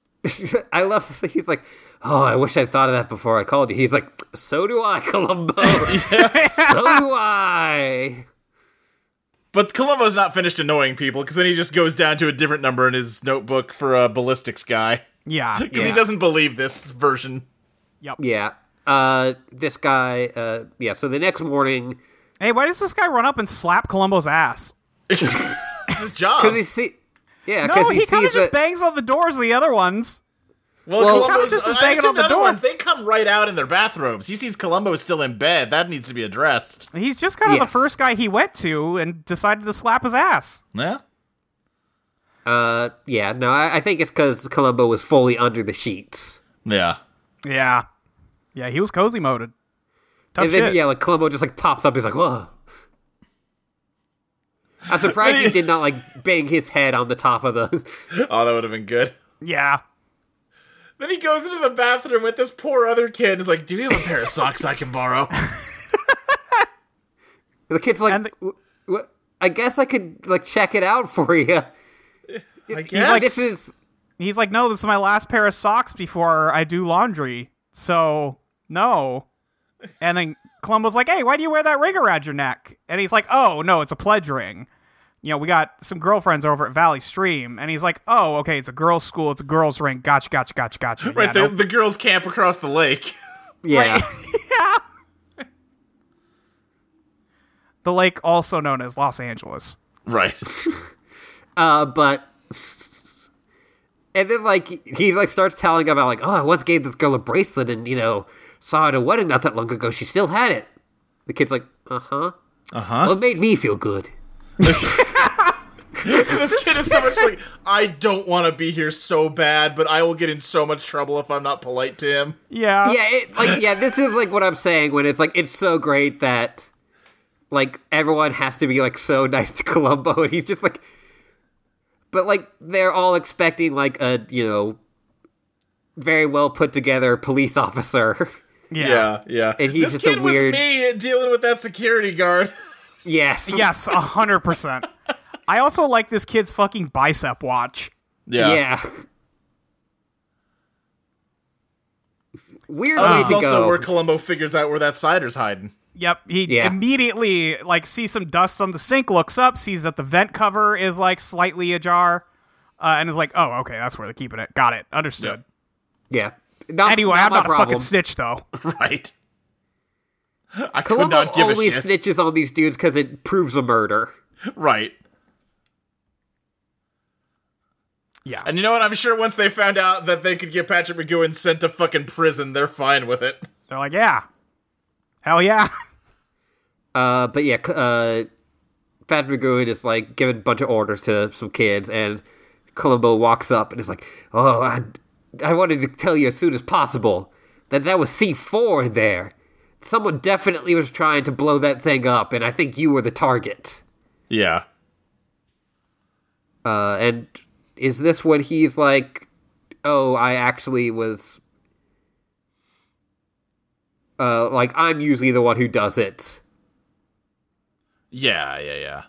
I love that he's like, "Oh, I wish I thought of that before I called you." He's like, "So do I, Columbo. so do I." But Columbo's not finished annoying people because then he just goes down to a different number in his notebook for a ballistics guy Yeah. because Yeah. he doesn't believe this version. Yep. Yeah. Uh, this guy. Uh, yeah. So the next morning, Hey, why does this guy run up and slap Columbo's ass? It's his job. because he see, yeah, Oh. No, because he, he, kind of sees just that. bangs on the doors of the other ones. well, well- Columbo's Just is I banging assume on the other door. ones, they come right out in their bathrobes. He sees Columbo is still in bed. That needs to be addressed. He's just kind of the Yes. first guy he went to and decided to slap his ass. Yeah. Uh, yeah. No, I, I think it's because Columbo was fully under the sheets. Yeah. Yeah. Yeah, he was cozy moded. Tough and then shit. yeah, like Columbo just like pops up. He's like, "Whoa!" I'm surprised he did not like bang his head on the top of the. Oh, that would have been good. yeah. Then he goes into the bathroom with this poor other kid and is like, Do you have a pair of socks I can borrow? The kid's like, And the- "W- w- "I guess I could like check it out for you." I guess. like, This is He's like, no, this is my last pair of socks before I do laundry. So, no. And then Columbo's like, hey, why do you wear that ring around your neck? And he's like, oh, no, it's a pledge ring. You know, we got some girlfriends over at Valley Stream. And he's like, oh, okay, it's a girls' school. It's a girls' ring. Gotcha, gotcha, gotcha, gotcha. right, Yeah, the, no- the girls camp across the lake. yeah, yeah. the lake also known as Los Angeles. Right. Uh, but and then like he- he like starts telling about like, oh, I once gave this girl a bracelet and you know saw her at a wedding not that long ago. She still had it. The kid's like, uh huh, uh huh. Well, it made me feel good. this kid is so much like, I don't want to be here so bad, but I will get in so much trouble if I'm not polite to him. Yeah. yeah, it, like yeah, this is like what I'm saying when it's like it's so great that like everyone has to be like so nice to Columbo, and he's just like, but like they're all expecting like a you know very well put together police officer. Yeah, yeah. And he's this just a kid was weird- me dealing with that security guard. yes, Yes, a hundred percent. I also like this kid's fucking bicep watch. Yeah. yeah. Weird Oh, way this is to also go. where Columbo figures out where that cider's hiding. Yep. He Yeah. immediately like sees some dust on the sink, looks up, sees that the vent cover is like slightly ajar, uh, and is like, "Oh, okay, that's where they're keeping it. Got it. Understood." yeah. Not, Anyway, not I'm my not a problem. fucking snitch though. Right. I could Columbo not give a only shit. snitches on these dudes because it proves a murder. right. yeah. And you know what? I'm sure once they found out that they could get Patrick McGowan sent to fucking prison, they're fine with it. They're like, "Yeah, hell yeah." Uh, but yeah, c- uh, Pat McGowan is like giving a bunch of orders to some kids, and Columbo walks up and is like, "Oh, I, I wanted to tell you as soon as possible that that was C four in there. Someone definitely was trying to blow that thing up, and I think you were the target." Yeah. Uh, and is this when he's like, "Oh, I actually was." Uh, like I'm usually the one who does it. Yeah, yeah, yeah.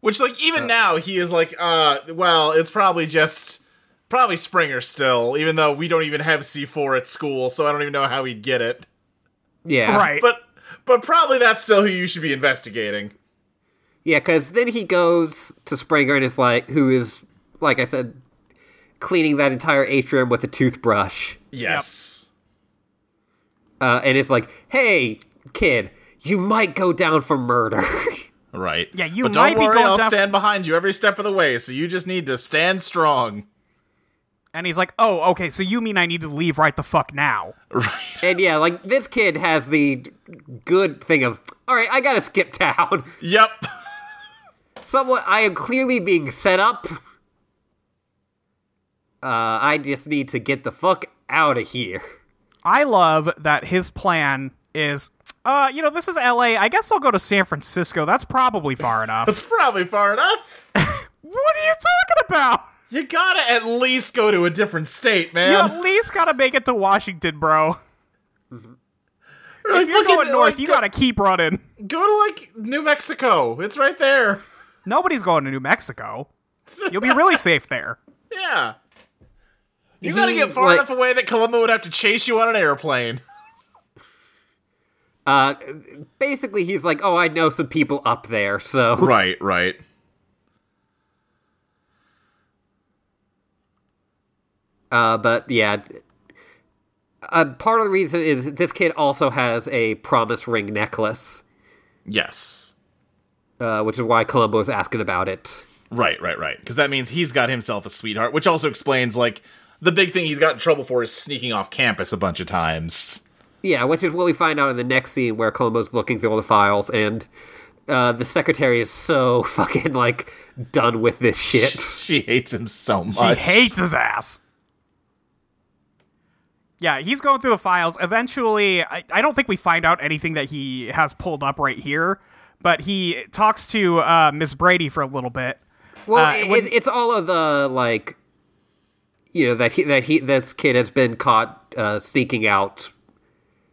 Which, like, even now, he is like, uh, well, it's probably just probably Springer still, even though we don't even have C4 at school, so I don't even know how he'd get it. Yeah, right. But, but probably that's still who you should be investigating. Yeah, because then he goes to Springer and is like, who is, like I said, cleaning that entire atrium with a toothbrush. Yes. Uh, and it's like, hey, kid, you might go down for murder. Right. Yeah, you But might don't be worry, going I'll down- stand behind you every step of the way. So you just need to stand strong. and he's like, "Oh, okay. So you mean I need to leave right the fuck now?" Right. and yeah, like, this kid has the good thing of, all right, I gotta skip town. Yep. Someone, I am clearly being set up. Uh, I just need to get the fuck out of here. I love that his plan is, uh, you know, this is L.A. I guess I'll go to San Francisco. That's probably far enough. That's probably far enough. what are you talking about? You gotta at least go to a different state, You man. at least gotta make it to Washington, bro. Like, You're fucking, going north. like, You go- gotta keep running. go to like New Mexico. It's right there. Nobody's going to New Mexico. You'll be really safe there. Yeah. You gotta He, get far like- enough away that Columbo would have to chase you on an airplane. Uh, basically, he's like, oh, I know some people up there, so. Right, right. Uh, but yeah, uh, part of the reason is this kid also has a promise ring necklace, Yes. uh, which is why Columbo is asking about it. Right, right, right. Because that means he's got himself a sweetheart, which also explains like the big thing he's got in trouble for is sneaking off campus a bunch of times. Yeah, which is what we find out in the next scene where Columbo's looking through all the files and. Uh, the secretary is so fucking like done with this shit. She hates him so He much. hates his ass. Yeah, he's going through the files. Eventually, I, I don't think we find out anything that he has pulled up right here, but he talks to uh, Miss Brady for a little bit. Well, Uh, it, when- it's all of the like, you know that he that he this kid has been caught uh, sneaking out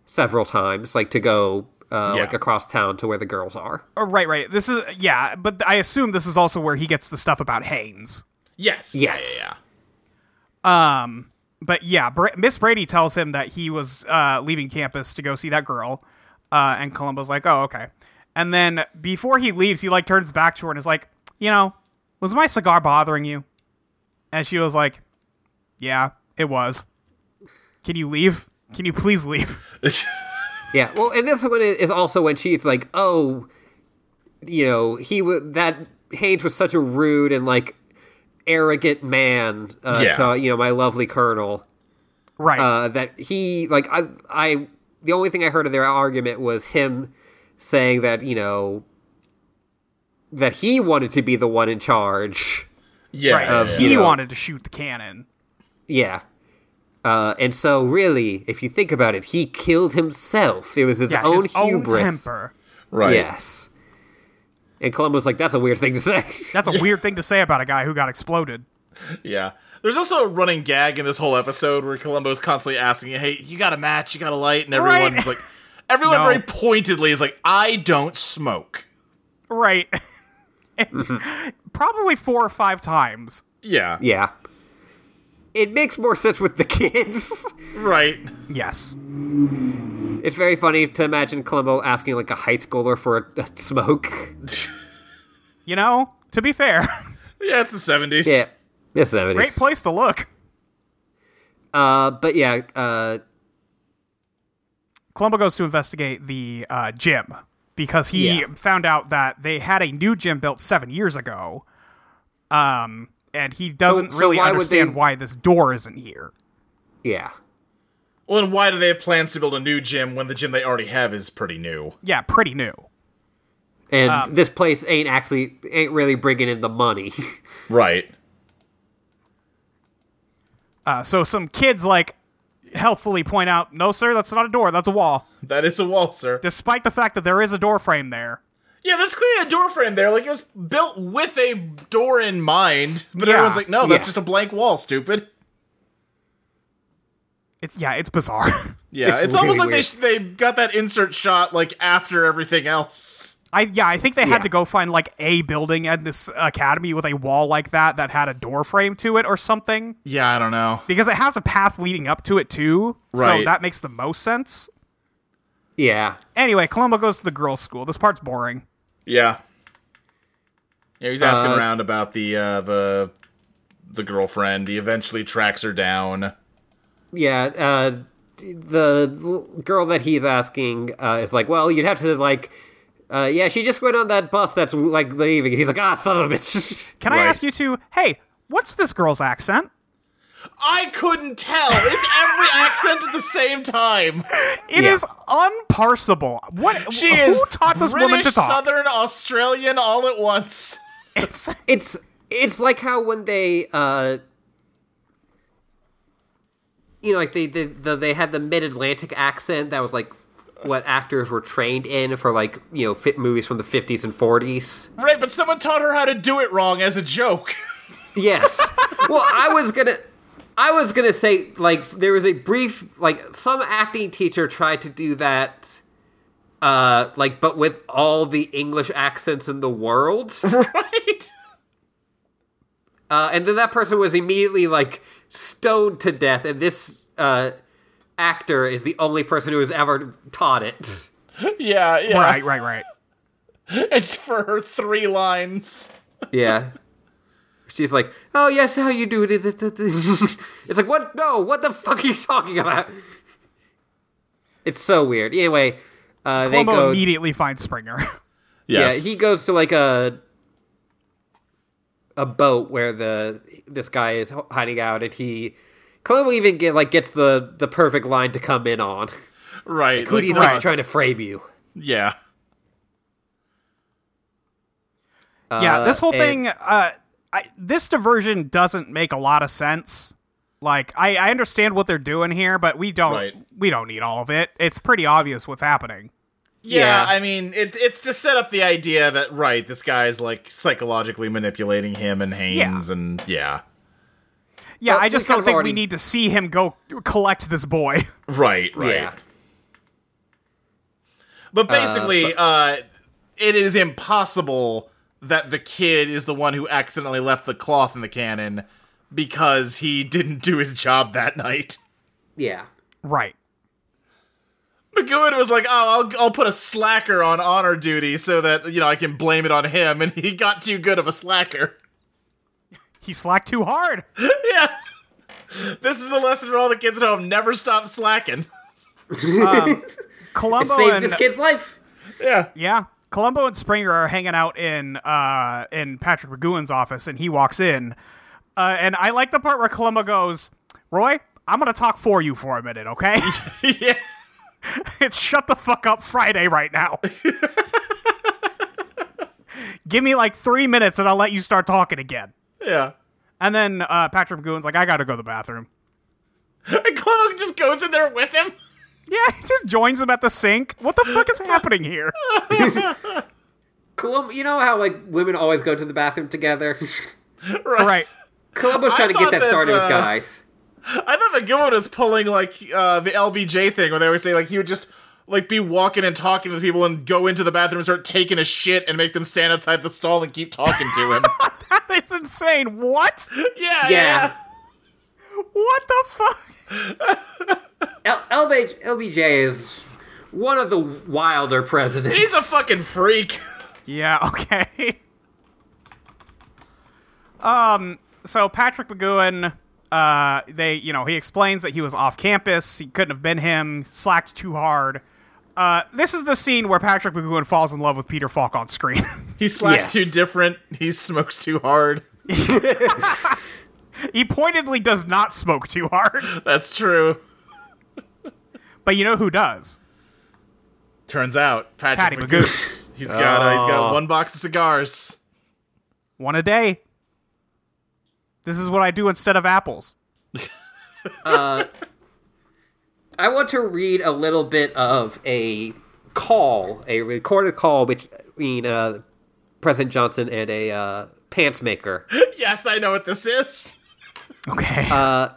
several times, like to go uh, Yeah. like across town to where the girls are. Oh, right, right. This is, yeah, but I assume this is also where he gets the stuff about Haynes. yes. Yes. Yeah, yeah, yeah. But yeah, Bra- Miss Brady tells him that he was uh, leaving campus to go see that girl, uh, and Columbo's like, "Oh, okay." And then before he leaves, he like turns back to her and is like, "You know, was my cigar bothering you?" And she was like, "Yeah, it was. Can you leave? Can you please leave?" Yeah, well, and this one is also when she's like, "Oh, you know he was that Haynes was such a rude and like arrogant man uh, Yeah. to you know my lovely colonel Right. uh, that he like I I the only thing I heard of their argument was him saying that you know that he wanted to be the one in charge. Yeah. right. uh, he you know. wanted to shoot the cannon. Yeah. Uh, and so, really, if you think about it, he killed himself. It was his Yeah, own his own hubris. temper. right. Yes. And Columbus was like, "That's a weird thing to say." That's a weird thing to say about a guy who got exploded. Yeah. There's also a running gag in this whole episode where Columbo's constantly asking, "Hey, you got a match? You got a light?" And Right. everyone's like, everyone No. very pointedly is like, "I don't smoke." Right. And Mm-hmm. Probably four or five times. Yeah. yeah. It makes more sense with the kids. Right. Yes. it's very funny to imagine Columbo asking like a high schooler for a, a smoke. You know, to be fair, Yeah, it's the 70s. Yeah, yes, that it great is. place to look. Uh, but yeah, uh, Columbo goes to investigate the uh, gym because he Yeah. found out that they had a new gym built seven years ago. Um, and he doesn't so really why would understand they- why this door isn't here. yeah, Well, and why do they have plans to build a new gym when the gym they already have is pretty new? Yeah, pretty new. and this place ain't actually ain't really bringing in the money. Right. Uh, so some kids like helpfully point out, no, sir, that's not a door, that's a wall. That is a wall, sir. Despite the fact that there is a door frame there. Yeah, there's clearly a door frame there. Like it was built with a door in mind, but Yeah. everyone's like, "No, that's Yeah. just a blank wall, stupid." It's yeah, it's bizarre. Yeah, it's, It's almost like really they sh- they got that insert shot like after everything else. I yeah, I think they had Yeah. to go find like a building at this academy with a wall like that that had a door frame to it or something Yeah, I don't know. because it has a path leading up to it too. So Right. that makes the most sense. yeah, Anyway, Columbo goes to the girls' school. This part's boring. Yeah. Yeah, he's asking Uh, around about the uh the the girlfriend. He eventually tracks her down. yeah. Uh, the l- girl that he's asking uh, is like, well, you'd have to like, uh, yeah, she just went on that bus that's like leaving, and he's like, ah, son of a bitch. Can I Right. ask you two? Hey, what's this girl's accent? I couldn't tell. It's every accent at the same time. It Yeah. is unparsable. What? who She is taught this British, woman to talk? Southern Australian all at once. It's- it's it's like how when they uh you know like they they, the, they had the mid-atlantic accent that was like what actors were trained in for like you know fit movies from the 50s and 40s Right, but someone taught her how to do it wrong as a joke. yes well i was gonna i was gonna say like there was a brief like some acting teacher tried to do that uh like but with all the english accents in the world right? Uh, and then that person was immediately like stoned to death, and this uh, actor is the only person who has ever taught it. Yeah, yeah. right, right, right. It's for her three lines. Yeah. She's like, oh yes, how you do it? It's like, what? No, what the fuck are you talking about? It's so weird. Anyway, uh, they Columbo go. immediately finds Springer. Yeah, he goes to like a a boat where the this guy is hiding out, and he Columbo even get like gets the the perfect line to come in on. Right. Who like, do you right. think's trying to frame you? Yeah. yeah, Uh, this whole and- thing, uh, I, this diversion doesn't make a lot of sense. Like, I, I understand what they're doing here, but we don't Right. we don't need all of it. It's pretty obvious what's happening. Yeah, Yeah. I mean, it, it's to set up the idea that, right, this guy's like psychologically manipulating him and Haynes, and yeah. Yeah, Well, I we just kind don't of think already- we need to see him go collect this boy. Right, right. Yeah. But basically, uh, it is impossible that the kid is the one who accidentally left the cloth in the cannon because he didn't do his job that night. Yeah. right. McGowan was like, "Oh, I'll, I'll put a slacker on honor duty so that you know I can blame it on him," and he got too good of a slacker. He slacked too hard. yeah, this is the lesson for all the kids at home: never stop slacking. Columbo Save and this kid's life. Yeah, yeah, Columbo and Springer are hanging out in uh, in Patrick McGowan's office, and he walks in, uh, and I like the part where Columbo goes, "Roy, I'm gonna talk for you for a minute, okay? yeah. it's shut the fuck up Friday right now. Give me like three minutes, and I'll let you start talking again." Yeah. And then uh, Patrick McGowan's like, "I gotta go to the bathroom." And Clone just goes in there with him. Yeah, he just joins them at the sink. What the fuck is happening here? Colum- you know how like women always go to the bathroom together. All right. Columbo's trying to get thought that that, started uh, with guys. I thought McGowan was pulling like uh, the LBJ thing where they always say like he would just like be walking and talking to people and go into the bathroom and start taking a shit and make them stand outside the stall and keep talking to him. That's insane. What? yeah, yeah. Yeah. What the fuck? L- LBJ, LBJ is one of the wilder presidents. He's a fucking freak. Yeah, okay. um, so Patrick McGowan, uh, they, you know, he explains that he was off campus. He couldn't have been him. Slacked too hard. Uh, this is the scene where Patrick McGowan falls in love with Peter Falk on screen. He Yes. slapped too different. He smokes too hard. he pointedly does not smoke too hard, That's true. but you know who does? Turns out Patty Patrick Magoose. He's got uh, he's got one box of cigars. One a day. This is what I do instead of apples. I want to read a little bit of a call, a recorded call between uh, President Johnson and a uh, pants maker. Yes, I know what this is. Okay. Uh,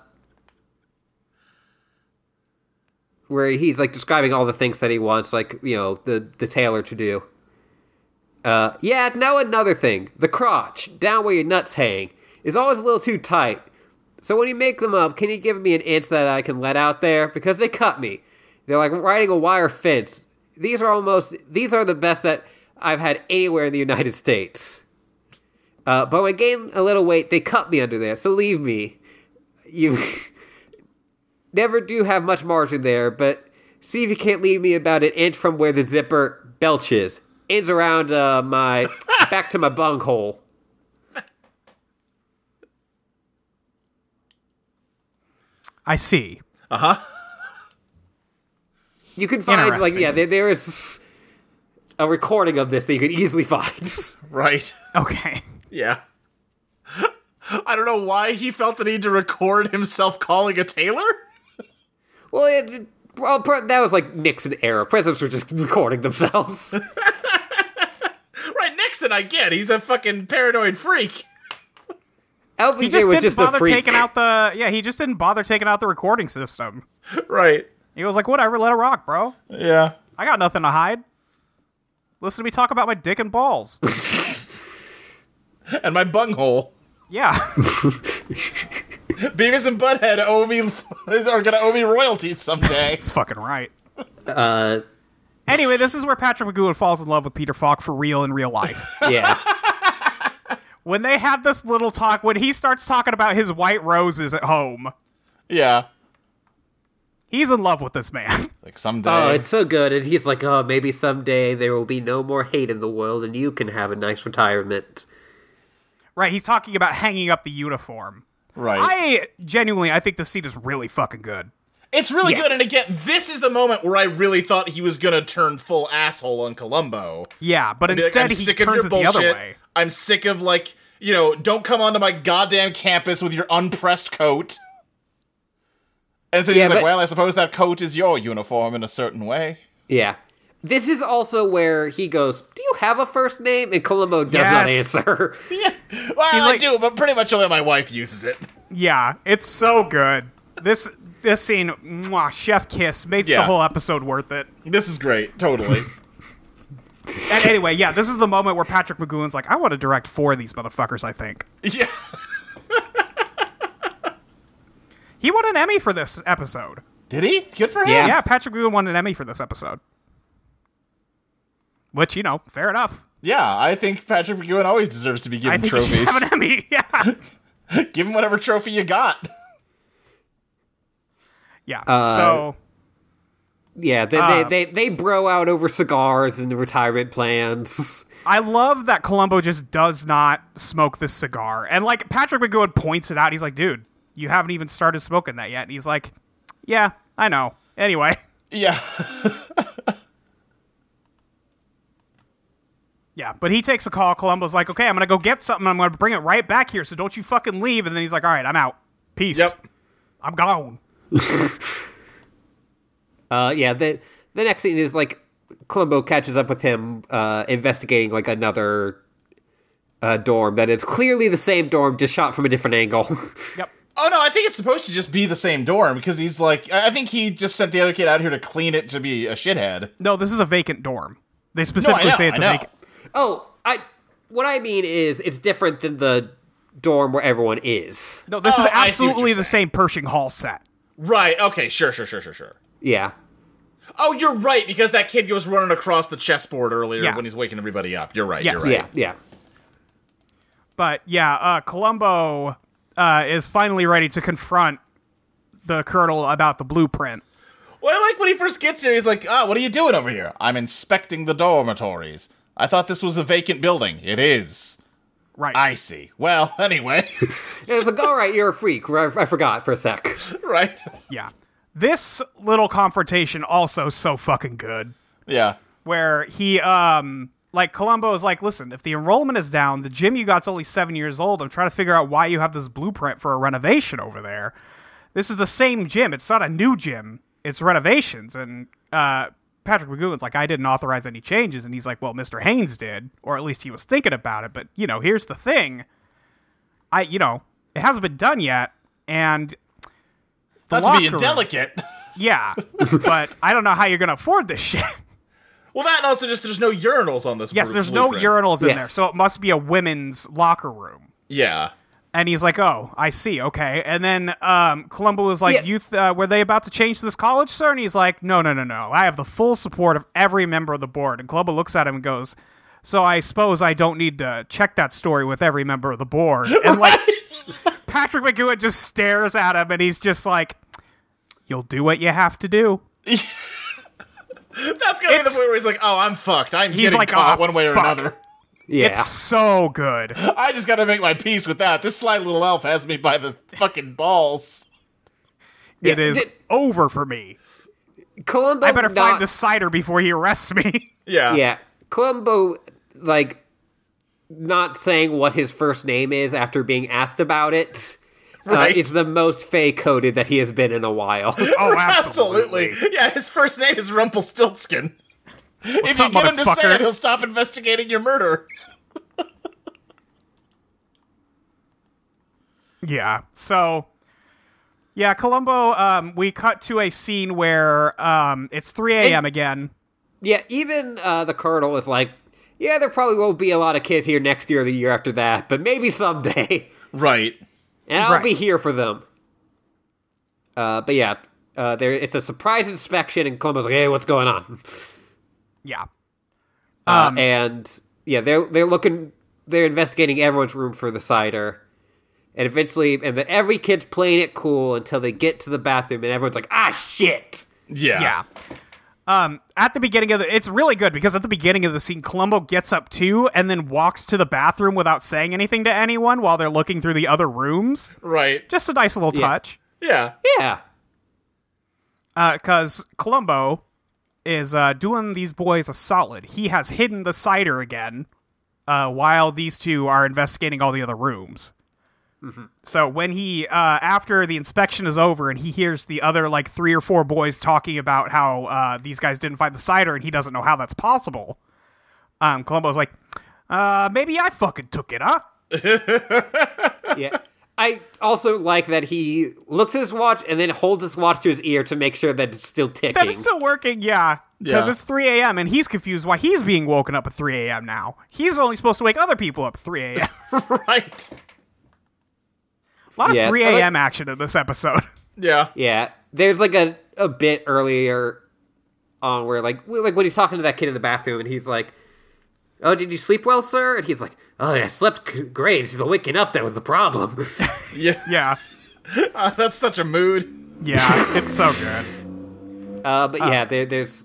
where he's like describing all the things that he wants, like you know the the tailor to do. Uh, yeah, now another thing, the crotch down where your nuts hang is always a little too tight. So when you make them up, can you give me an inch that I can let out there because they cut me? They're like riding a wire fence. These are almost these are the best that I've had anywhere in the United States. Uh, but when I gain a little weight, they cut me under there. So leave me. You. never do have much margin there, but see if you can't leave me about an inch from where the zipper belches. Ends around uh, my back to my bunghole. I see. Uh-huh. You can find like Interesting. yeah, there, there is a recording of this that you could easily find. Right. Okay. Yeah. I don't know why he felt the need to record himself calling a tailor. well, it, it- well, per- that was like Nixon era. Presidents were just recording themselves. Right, Nixon, I get. He's a fucking paranoid freak. LBJ He just was didn't just a bother freak. taking out the yeah. He just didn't bother taking out the recording system. Right. He was like, whatever, let it rock, bro. Yeah. I got nothing to hide. Listen to me talk about my dick and balls. And my bunghole. yeah, Beavis and Butthead owe me are gonna owe me royalties someday. it's fucking right. uh, Anyway, this is where Patrick McGowan falls in love with Peter Falk for real in real life. yeah, when they have this little talk, when he starts talking about his white roses at home, yeah. he's in love with this man. Like someday. oh, it's so good. And he's like, oh, maybe someday there will be no more hate in the world, and you can have a nice retirement. right, he's talking about hanging up the uniform. right. I genuinely, I think this scene is really fucking good. it's really Yes. good, and again, this is the moment where I really thought he was gonna turn full asshole on Columbo. Yeah, but Be like, instead uh, I'm he sick of turns your it the bullshit. other way. I'm sick of like, you know, don't come onto my goddamn campus with your unpressed coat. And so Yeah, he's like, but- well, I suppose that coat is your uniform in a certain way. Yeah. This is also where he goes, Do you have a first name? And Columbo does not Yes. answer. Yeah. Well, I like- do, but pretty much only my wife uses it. Yeah, it's so good. This this scene, mwah, chef kiss, makes the Yeah. whole episode worth it. This is great. Totally. And anyway, yeah, this is the moment where Patrick McGowan's like, I want to direct four of these motherfuckers. I think yeah. he won an Emmy for this episode. Did he? Good for him. Yeah. Yeah, Patrick McGowan won an Emmy for this episode, which you know, fair enough. Yeah, I think Patrick McEwen always deserves to be I given think he should trophies. have an Emmy. Yeah, Give him whatever trophy you got. yeah. so Yeah, they, they, they, they bro out over cigars and retirement plans. I love that Columbo just does not smoke this cigar. And like Patrick McGowan points it out. He's like, dude, you haven't even started smoking that yet. And he's like, yeah, I know. Anyway. Yeah. Yeah, but he takes a call. Columbo's like, okay, I'm going to go get something. I'm going to bring it right back here. So don't you fucking leave. And then he's like, all right, I'm out. Peace. Yep. I'm gone. Uh, yeah, the the next scene is like Columbo catches up with him, uh, investigating like another uh, dorm that is clearly the same dorm, just shot from a different angle. Yep. Oh no, I think it's supposed to just be the same dorm because he's like, I I think he just sent the other kid out here to clean it to be a shithead. No, this is a vacant dorm. They specifically know, say it's a I know. vacant. oh, I what I mean is it's different than the dorm where everyone is. No, this Oh, is I see what absolutely you're the same Pershing Hall set. Right. Okay. Sure. Sure. Sure. Sure. Sure. Yeah. Oh, you're right because that kid goes running across the chessboard earlier Yeah. when he's waking everybody up. You're right. Yes. You're right. Yeah. Yeah. But yeah, uh, Columbo uh, is finally ready to confront the colonel about the blueprint. Well, I like when he first gets here. He's like, "Ah, what are you doing over here?" I'm inspecting the dormitories. I thought this was a vacant building. It is. Right. I see. Well, anyway, It was like, all right, you're a freak. I, I forgot for a sec. right? yeah. This little confrontation also so fucking good. Yeah. where he um like Columbo is like, listen, if the enrollment is down, the gym you got's only seven years old. I'm trying to figure out why you have this blueprint for a renovation over there. This is the same gym. It's not a new gym. It's renovations. And uh, Patrick McGowan's like, I didn't authorize any changes. And he's like, well, Mr. Haynes did, or at least he was thinking about it. But you know, here's the thing. I, you know, it hasn't been done yet, and the Not to be locker room- indelicate. Yeah, but I don't know how you're gonna afford this shit. Well, that and also just there's no urinals on this. Yes, blu- there's blueprint. no urinals in there, Yes. so it must be a women's locker room. Yeah. And he's like, "Oh, I see. Okay." And then um, Columbo was like, Yeah. "Youth, uh, were they about to change this college, sir?" And he's like, "No, no, no, no. I have the full support of every member of the board." And Columbo looks at him and goes, "So I suppose I don't need to check that story with every member of the board." And like, Patrick McGowan just stares at him, and he's just like, "You'll do what you have to do." That's gonna be It's- the point where he's like, "Oh, I'm fucked. I'm getting like, caught "Oh, one way or fuck." another. Yeah. It's so good. I just gotta make my peace with that. This sly little elf has me by the fucking balls." It is Did- over for me. Columbo. I better not- find the cider before he arrests me. Yeah. Yeah. Columbo, like, not saying what his first name is after being asked about it. uh, Right. it's the most fey coded that he has been in a while. Oh, Absolutely. Yeah, his first name is Rumpelstiltskin. if you up, get him to say motherfucker? it, he'll stop investigating your murder. Yeah. So, yeah, Columbo. Um, we cut to a scene where um, it's 3 a.m. again. yeah, even uh, the colonel is like, yeah, there probably won't be a lot of kids here next year or the year after that, but maybe someday. Right. And I'll Right. be here for them. Uh, but yeah, uh, there it's a surprise inspection, and Columbo's like, hey, what's going on? Yeah. Uh, and yeah, they're they're looking, they're investigating everyone's room for the cider, and eventually, and the, every kid's playing it cool until they get to the bathroom, and everyone's like, ah, shit. Yeah. Yeah. Um, at the beginning of the, it's really good because at the beginning of the scene, Columbo gets up too and then walks to the bathroom without saying anything to anyone while they're looking through the other rooms. Right. Just a nice little touch. Yeah. Yeah, because Uh, Columbo is uh, doing these boys a solid. He has hidden the cider again uh, while these two are investigating all the other rooms. So when he uh, after the inspection is over and he hears the other like three or four boys talking about how uh, these guys didn't find the cider and he doesn't know how that's possible, um, Columbo's like, uh, maybe I fucking took it, huh? yeah. I also like that he looks at his watch and then holds his watch to his ear to make sure that it's still ticking. That is still working, yeah. Because Yeah. it's 3 a.m. and he's confused why he's being woken up at 3 a.m. now. He's only supposed to wake other people up at 3 a.m. Right. A lot of Yeah. 3 I like- a.m. action in this episode. Yeah. Yeah, there's like a, a bit earlier on where like we- like when he's talking to that kid in the bathroom and he's like, "Oh, did you sleep well, sir?" And he's like, "Oh, yeah, I slept c- great. It's the waking up that was the problem." Yeah. Yeah. Ah, that's such a mood. Yeah. it's so good. Uh, but yeah, there, there's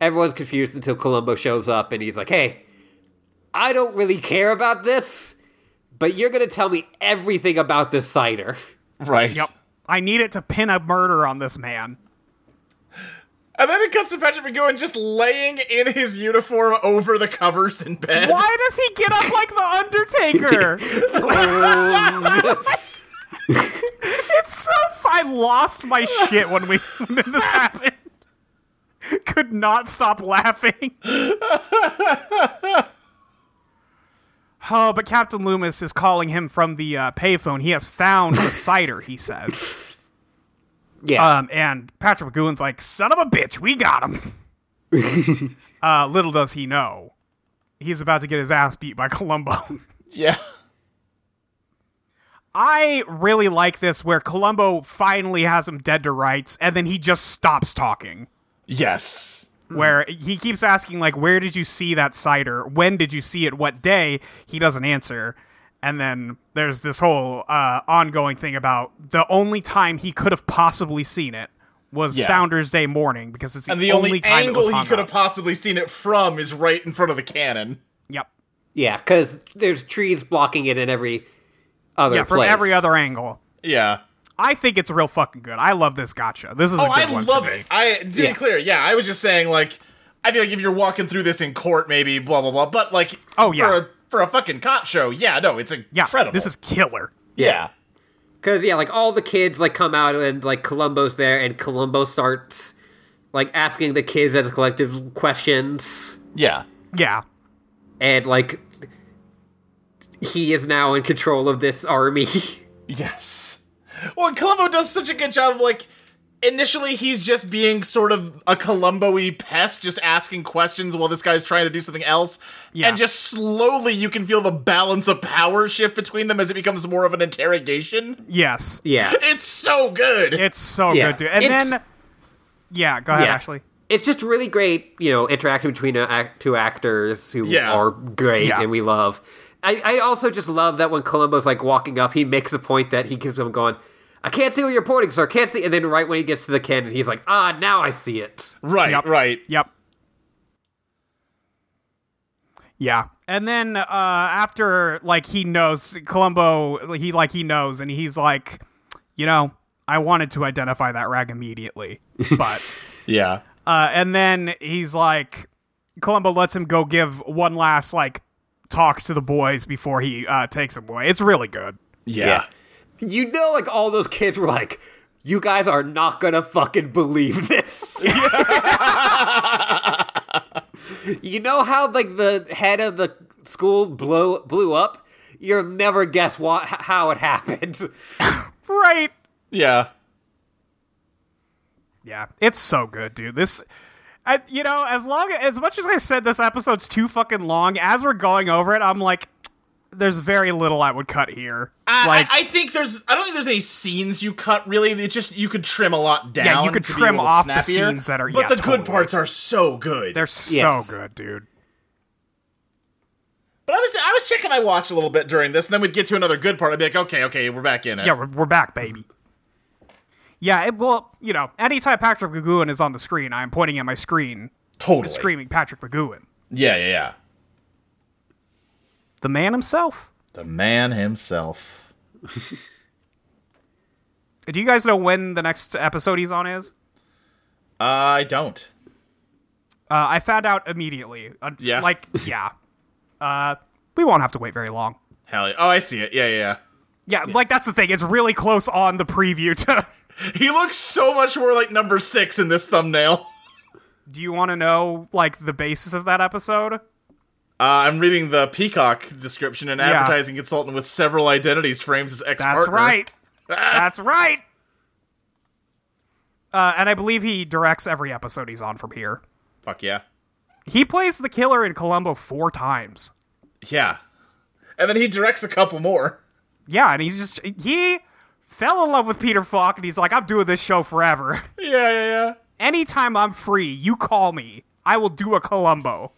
everyone's confused until Columbo shows up and he's like, "Hey, I don't really care about this, but you're gonna tell me everything about this cider." Right. Yep. I need it to pin a murder on this man. And then it cuts to Patrick McGowan just laying in his uniform over the covers in bed. Why does he get up like the Undertaker? it's so. f- I lost my shit when we when this happened. Could not stop laughing. oh, but Captain Loomis is calling him from the uh, payphone. He has found the cider. He says. Yeah. Um, and Patrick McGowan's like, son of a bitch, we got him. uh, little does he know, he's about to get his ass beat by Columbo. Yeah. I really like this where Columbo finally has him dead to rights, and then he just stops talking. Yes. Mm-hmm. Where he keeps asking, like, where did you see that cider? When did you see it? What day? He doesn't answer. And then there's this whole uh, ongoing thing about the only time he could have possibly seen it was Yeah. Founders Day morning because it's the, And the only, only, time it was angle he hung could have up. possibly seen it from is right in front of the cannon. Yep. yeah, because there's trees blocking it in every other Yeah, from place. every other angle. Yeah. I think it's real fucking good. I love this gotcha. This is Oh, a good I one. love it. I to Yeah. be clear, yeah, I was just saying like I feel like if you're walking through this in court, maybe blah blah blah. But like, Oh, yeah. for a, for a fucking cop show, yeah, no, it's Yeah, incredible. this is killer. yeah, Cause yeah, like all the kids like come out and like Columbo's there, and Columbo starts like asking the kids as a collective questions, yeah, Yeah. and like he is now in control of this army. yes. Well, and Columbo does such a good job. Of, like initially, he's just being sort of a Columbo-y pest, just asking questions while this guy's trying to do something else, Yeah. and just slowly you can feel the balance of power shift between them as it becomes more of an interrogation. Yes. yeah, It's so good. It's so Yeah. good, dude. And It's- then, yeah, go ahead, yeah. Ashley. it's just really great, you know, interaction between uh, act- two actors who Yeah. are great Yeah. and we love. I, I also just love that when Columbo's like walking up, he makes a point that he keeps on going. I can't see what you're pointing, sir. Can't see. And then right when he gets to the cannon, he's like, "Ah, now I see it." right, Yep. right. Yep. Yeah. And then uh, after, like, he knows Columbo, he like he knows, and he's like, you know, I wanted to identify that rag immediately, but. Yeah. Uh, and then he's like, Columbo lets him go give one last like talk to the boys before he uh, takes him away. It's really good. Yeah. you know, like all those kids were like, "You guys are not gonna fucking believe this." you know how like the head of the school blew blew up. You'll never guess what how it happened. Right? Yeah. Yeah, it's so good, dude. This. I, you know, as long as much as I said this episode's too fucking long, as we're going over it, I'm like, there's very little I would cut here. I- like, I, I think there's I don't think there's any scenes you cut really. It's just you could trim a lot down. you could to be a trim little off the snappier, scenes that are- But yeah, the totally. good parts are so good. they're so Yes. good, dude. but I was I was checking my watch a little bit during this, and then we'd get to another good part. I'd be like, okay, okay, we're back in it. Yeah, we're, we're back, baby. Yeah, it, well, you know, anytime Patrick McGowan is on the screen, I am pointing at my screen, totally. screaming Patrick McGowan. Yeah, yeah, yeah. the man himself. The man himself. Do you guys know when the next episode he's on is? I don't. Uh, I found out immediately. Uh, Yeah. Like, yeah. Uh, we won't have to wait very long. Hell yeah. Oh, I see it. Yeah, yeah, Yeah, like that's the thing. It's really close on the preview to. yeah. He looks so much more like number six in this thumbnail. Do you want to know like the basis of that episode? Uh, I'm reading the Peacock description. An Yeah. advertising consultant with several identities frames his ex-partner. That's right. that's right. Uh, and I believe he directs every episode he's on from here. Fuck yeah. He plays the killer in Columbo four times. Yeah. And then he directs a couple more. Yeah, and he's just he fell in love with Peter Falk, and he's like, I'm doing this show forever. Yeah, yeah, yeah. anytime I'm free, you call me. I will do a Columbo.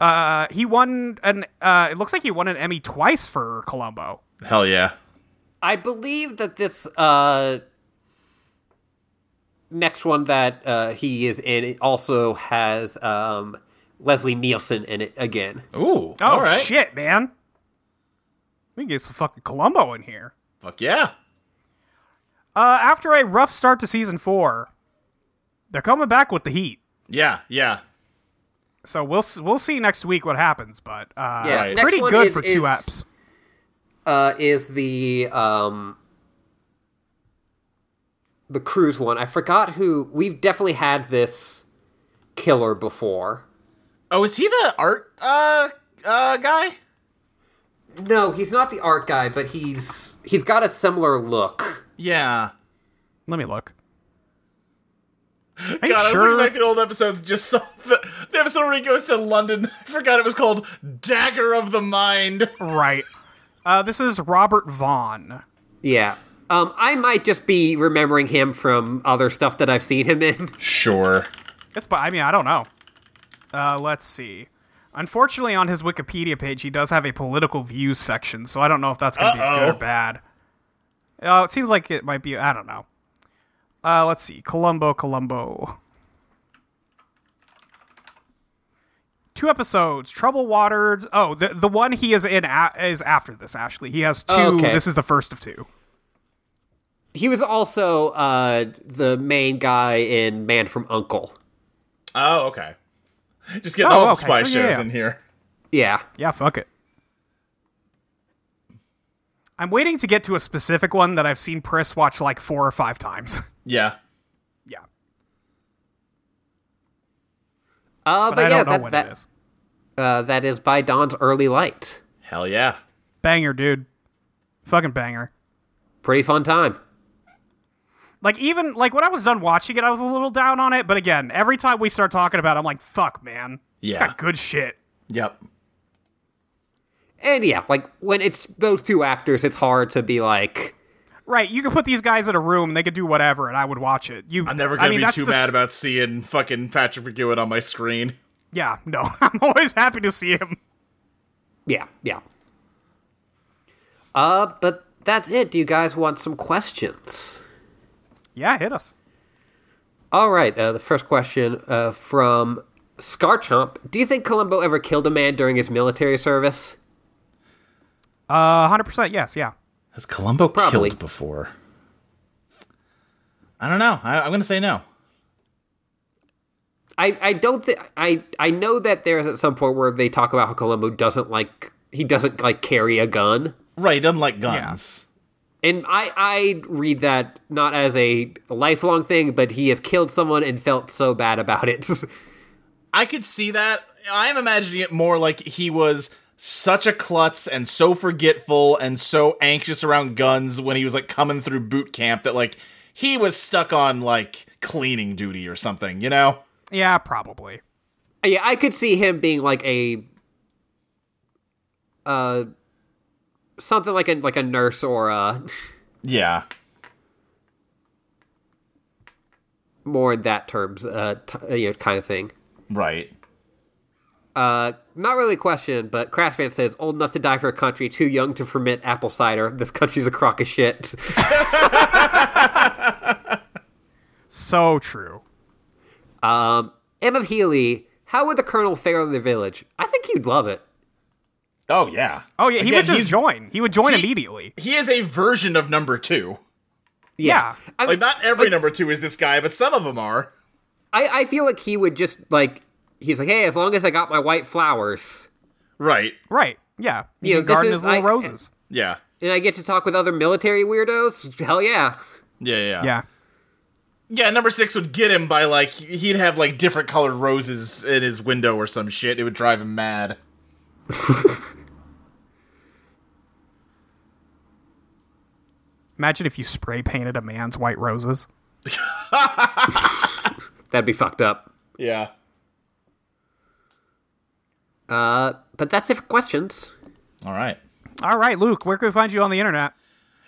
uh, he won an. Uh, it looks like he won an Emmy twice for Columbo. Hell yeah. I believe that this uh, next one that uh, he is in it also has um, Leslie Nielsen in it again. Ooh. Oh all right. shit, man. We can get some fucking Columbo in here. Fuck yeah. Uh, after a rough start to season four, they're coming back with the heat. Yeah. Yeah. So we'll s- we'll see next week what happens. But uh, Yeah, right. next pretty one good is- for two is- apps. Uh, is the um, the cruise one? I forgot who. We've definitely had this killer before. Oh, is he the art uh uh guy? No, he's not the art guy, but he's he's got a similar look. Yeah. Let me look. Are you God, I was sure? looking back at old episodes. and Just saw the, the episode where he goes to London. I forgot it was called Dagger of the Mind. right. Uh, this is Robert Vaughn. Yeah. Um, I might just be remembering him from other stuff that I've seen him in. Sure. It's, but I mean, I don't know. Uh, let's see. Unfortunately, on his Wikipedia page, he does have a political views section, so I don't know if that's going to be good Uh-oh. or bad. Uh, it seems like it might be. I don't know. Uh, let's see. Columbo, Columbo. Two episodes. Trouble Waters. Oh, the the one he is in a- is after this. Actually, he has two. Okay. This is the first of two. He was also uh, the main guy in Man from Uncle. Oh, okay. Just getting Oh, all the okay. spy Oh, yeah, shows yeah. in here. Yeah. Yeah, fuck it. I'm waiting to get to a specific one that I've seen Priss watch like four or five times. Yeah. yeah. Oh, Uh, But, but, I yeah, don't know that, when that, it is. Uh, that is by Don's Early Light. Hell yeah. Banger, dude. Fucking banger. Pretty fun time. Like even like when I was done watching it, I was a little down on it, but again, every time we start talking about it, I'm like, fuck man. It's Yeah. got good shit. Yep. And yeah, like when it's those two actors, it's hard to be like, Right, you could put these guys in a room and they could do whatever and I would watch it. You I'm never I gonna mean, be that's too the mad s- about seeing fucking Patrick McGowan on my screen. Yeah, no. I'm always happy to see him. yeah, yeah. Uh, but that's it. Do you guys want some questions? Yeah, hit us. All right. Uh, the first question uh, from Scarchomp: Do you think Columbo ever killed a man during his military service? Uh 100% yes, yeah. Has Columbo Probably. killed before? I don't know. I, I'm gonna say no. I, I don't think I I know that there's at some point where they talk about how Columbo doesn't like he doesn't like carry a gun. Right, he doesn't like guns. And I I read that not as a lifelong thing, but he has killed someone and felt so bad about it. I could see that. I'm imagining it more like he was such a klutz and so forgetful and so anxious around guns when he was like coming through boot camp that like he was stuck on like cleaning duty or something, you know? Yeah, probably. yeah, I could see him being like a uh something like a like a nurse or uh, a Yeah. more in that terms uh t- you know, kind of thing. Right. Uh, not really a question, but Crashman says, "Old enough to die for a country, too young to ferment apple cider. This country's a crock of shit." So true. um, Emma Healy, how would the Colonel fare in the village? I think he'd love it. Oh yeah. Oh yeah, he Again, would just he's- join. He would join he- immediately. He is a version of number two. Yeah. I, Like mean, not every number two is this guy, but some of them are. I, I feel like he would just like he's like, "Hey, as long as I got my white flowers." Right. Right. Yeah. He Yeah, can this is- garden his little I- roses. Yeah. And I get to talk with other military weirdos. Hell yeah! Yeah, yeah. yeah. Yeah, number six would get him by like he'd have like different colored roses in his window or some shit. It would drive him mad. Imagine if you spray painted a man's white roses. That'd be fucked up. Yeah. Uh, but that's it for questions. All right. All right, Luke, where can we find you on the internet?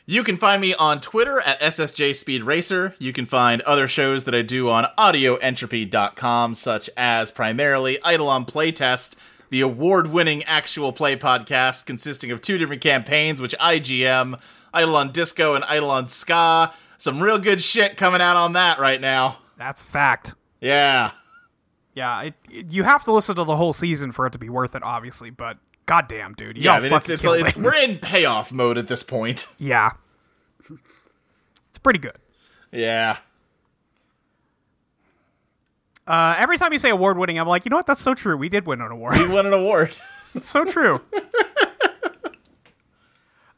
You can find me on Twitter at SSJ Speed Racer. You can find other shows that I do on audioentropy.com, such as primarily Idle on Playtest, the award winning actual play podcast consisting of two different campaigns, which I GM Idle on Disco and Idle on Ska. some real good shit coming out on that right now. That's fact. Yeah. Yeah, it, it- you have to listen to the whole season for it to be worth it, obviously. But goddamn, dude, y'all Yeah, I mean, it's, fucking it's, killed it. it's, we're in payoff mode at this point. yeah, it's pretty good. Yeah. Uh, every time you say award winning, I'm like, you know what? That's so true. We did win an award. We won an award. It's so true.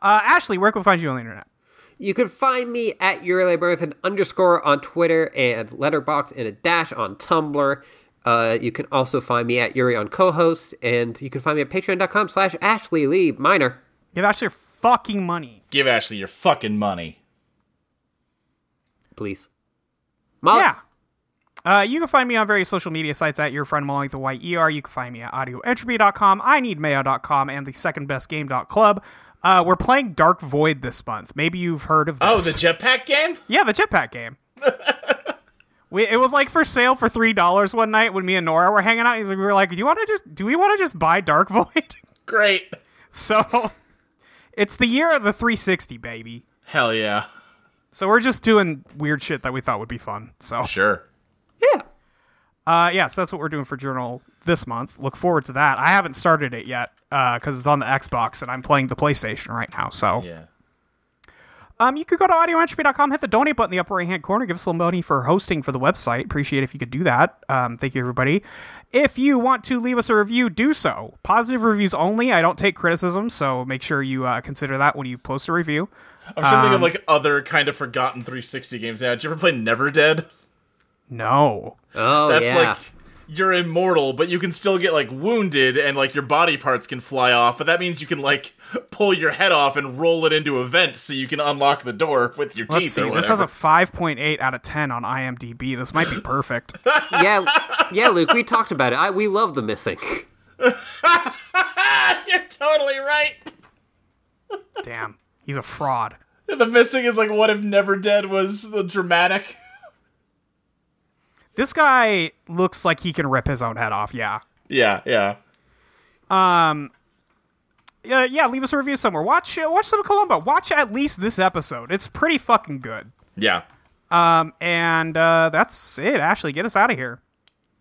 uh, Ashley, where can we find you on the internet? You can find me at Urelay Marathon underscore on Twitter and letterbox and a dash on Tumblr. Uh, you can also find me at Yuri on co-host, and you can find me at patreon.com slash Ashley Lee Minor. Give Ashley your fucking money. Give Ashley your fucking money. Please. Molly, Yeah. Uh, you can find me on various social media sites at your friend Molly with the Y-E-R. You can find me at audioentropy.com, I need mayo.com, and the secondbestgame.club. Uh, we're playing Dark Void this month. Maybe you've heard of this. Oh, the jetpack game? Yeah, the jetpack game. we, it was like for sale for three dollars one night when me and Nora were hanging out. We were like, "Do you want to just? Do we want to just buy Dark Void?" Great. so, it's the year of the 360, baby. Hell yeah. So we're just doing weird shit that we thought would be fun. So, Sure. Yeah. uh, yeah, so that's what we're doing for Journal this month. Look forward to that. I haven't started it yet because it's on the Xbox and I'm playing the PlayStation right now. So, Yeah. Um, you could go to audioentropy.com, hit the donate button in the upper right hand corner, give us a little money for hosting for the website. Appreciate if you could do that. Um, thank you, everybody. If you want to leave us a review, do so. Positive reviews only. I don't take criticism, so make sure you uh, consider that when you post a review. I'm trying to Um, think of like other kind of forgotten 360 games. Yeah, did you ever play Never Dead? No. Oh, That's yeah. like you're immortal, but you can still get like wounded and like your body parts can fly off, but that means you can like pull your head off and roll it into a vent so you can unlock the door with your Let's teeth see. or This has whatever. a 5.8 out of 10 on IMDb. This might be perfect. yeah, yeah, Luke, we talked about it. I, we love The Missing. You're totally right. Damn. He's a fraud. The missing is like what if Never Dead was the dramatic? This guy looks like he can rip his own head off. Yeah. yeah, yeah. uh, yeah, leave us a review somewhere. Watch uh, watch some Columbo. Watch at least this episode. It's pretty fucking good. Yeah. Um, and uh, that's it. Ashley, get us out of here.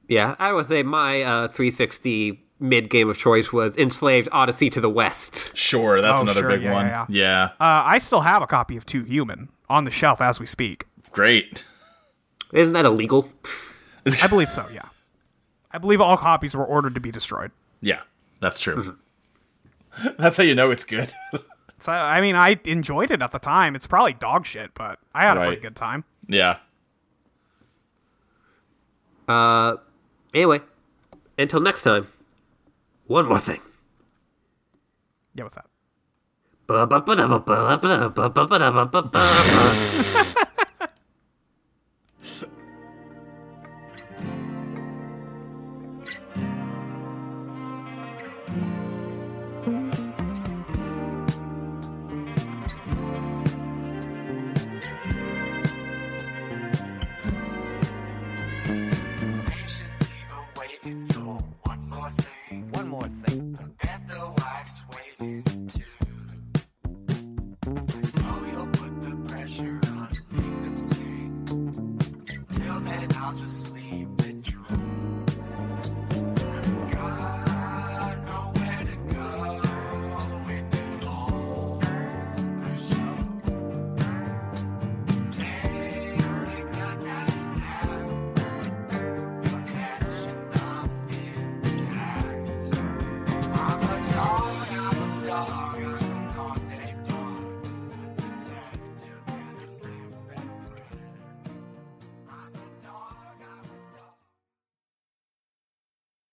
Yeah, I would say my uh, 360 mid game of choice was Enslaved Odyssey to the West. Sure, that's Oh, another sure, big yeah, one. yeah, Yeah, Uh, I still have a copy of Two Human on the shelf as we speak. Great. Isn't that illegal? I believe so. Yeah, I believe all copies were ordered to be destroyed. Yeah, that's true. Mm-hmm. that's how you know it's good. So I mean, I enjoyed it at the time. It's probably dog shit, but I had a pretty Right. good time. yeah. Anyway, until next time, one more thing. Yeah, what's that? Ba-ba-ba-da-ba-ba-da-ba-ba-ba-da-ba-ba-ba.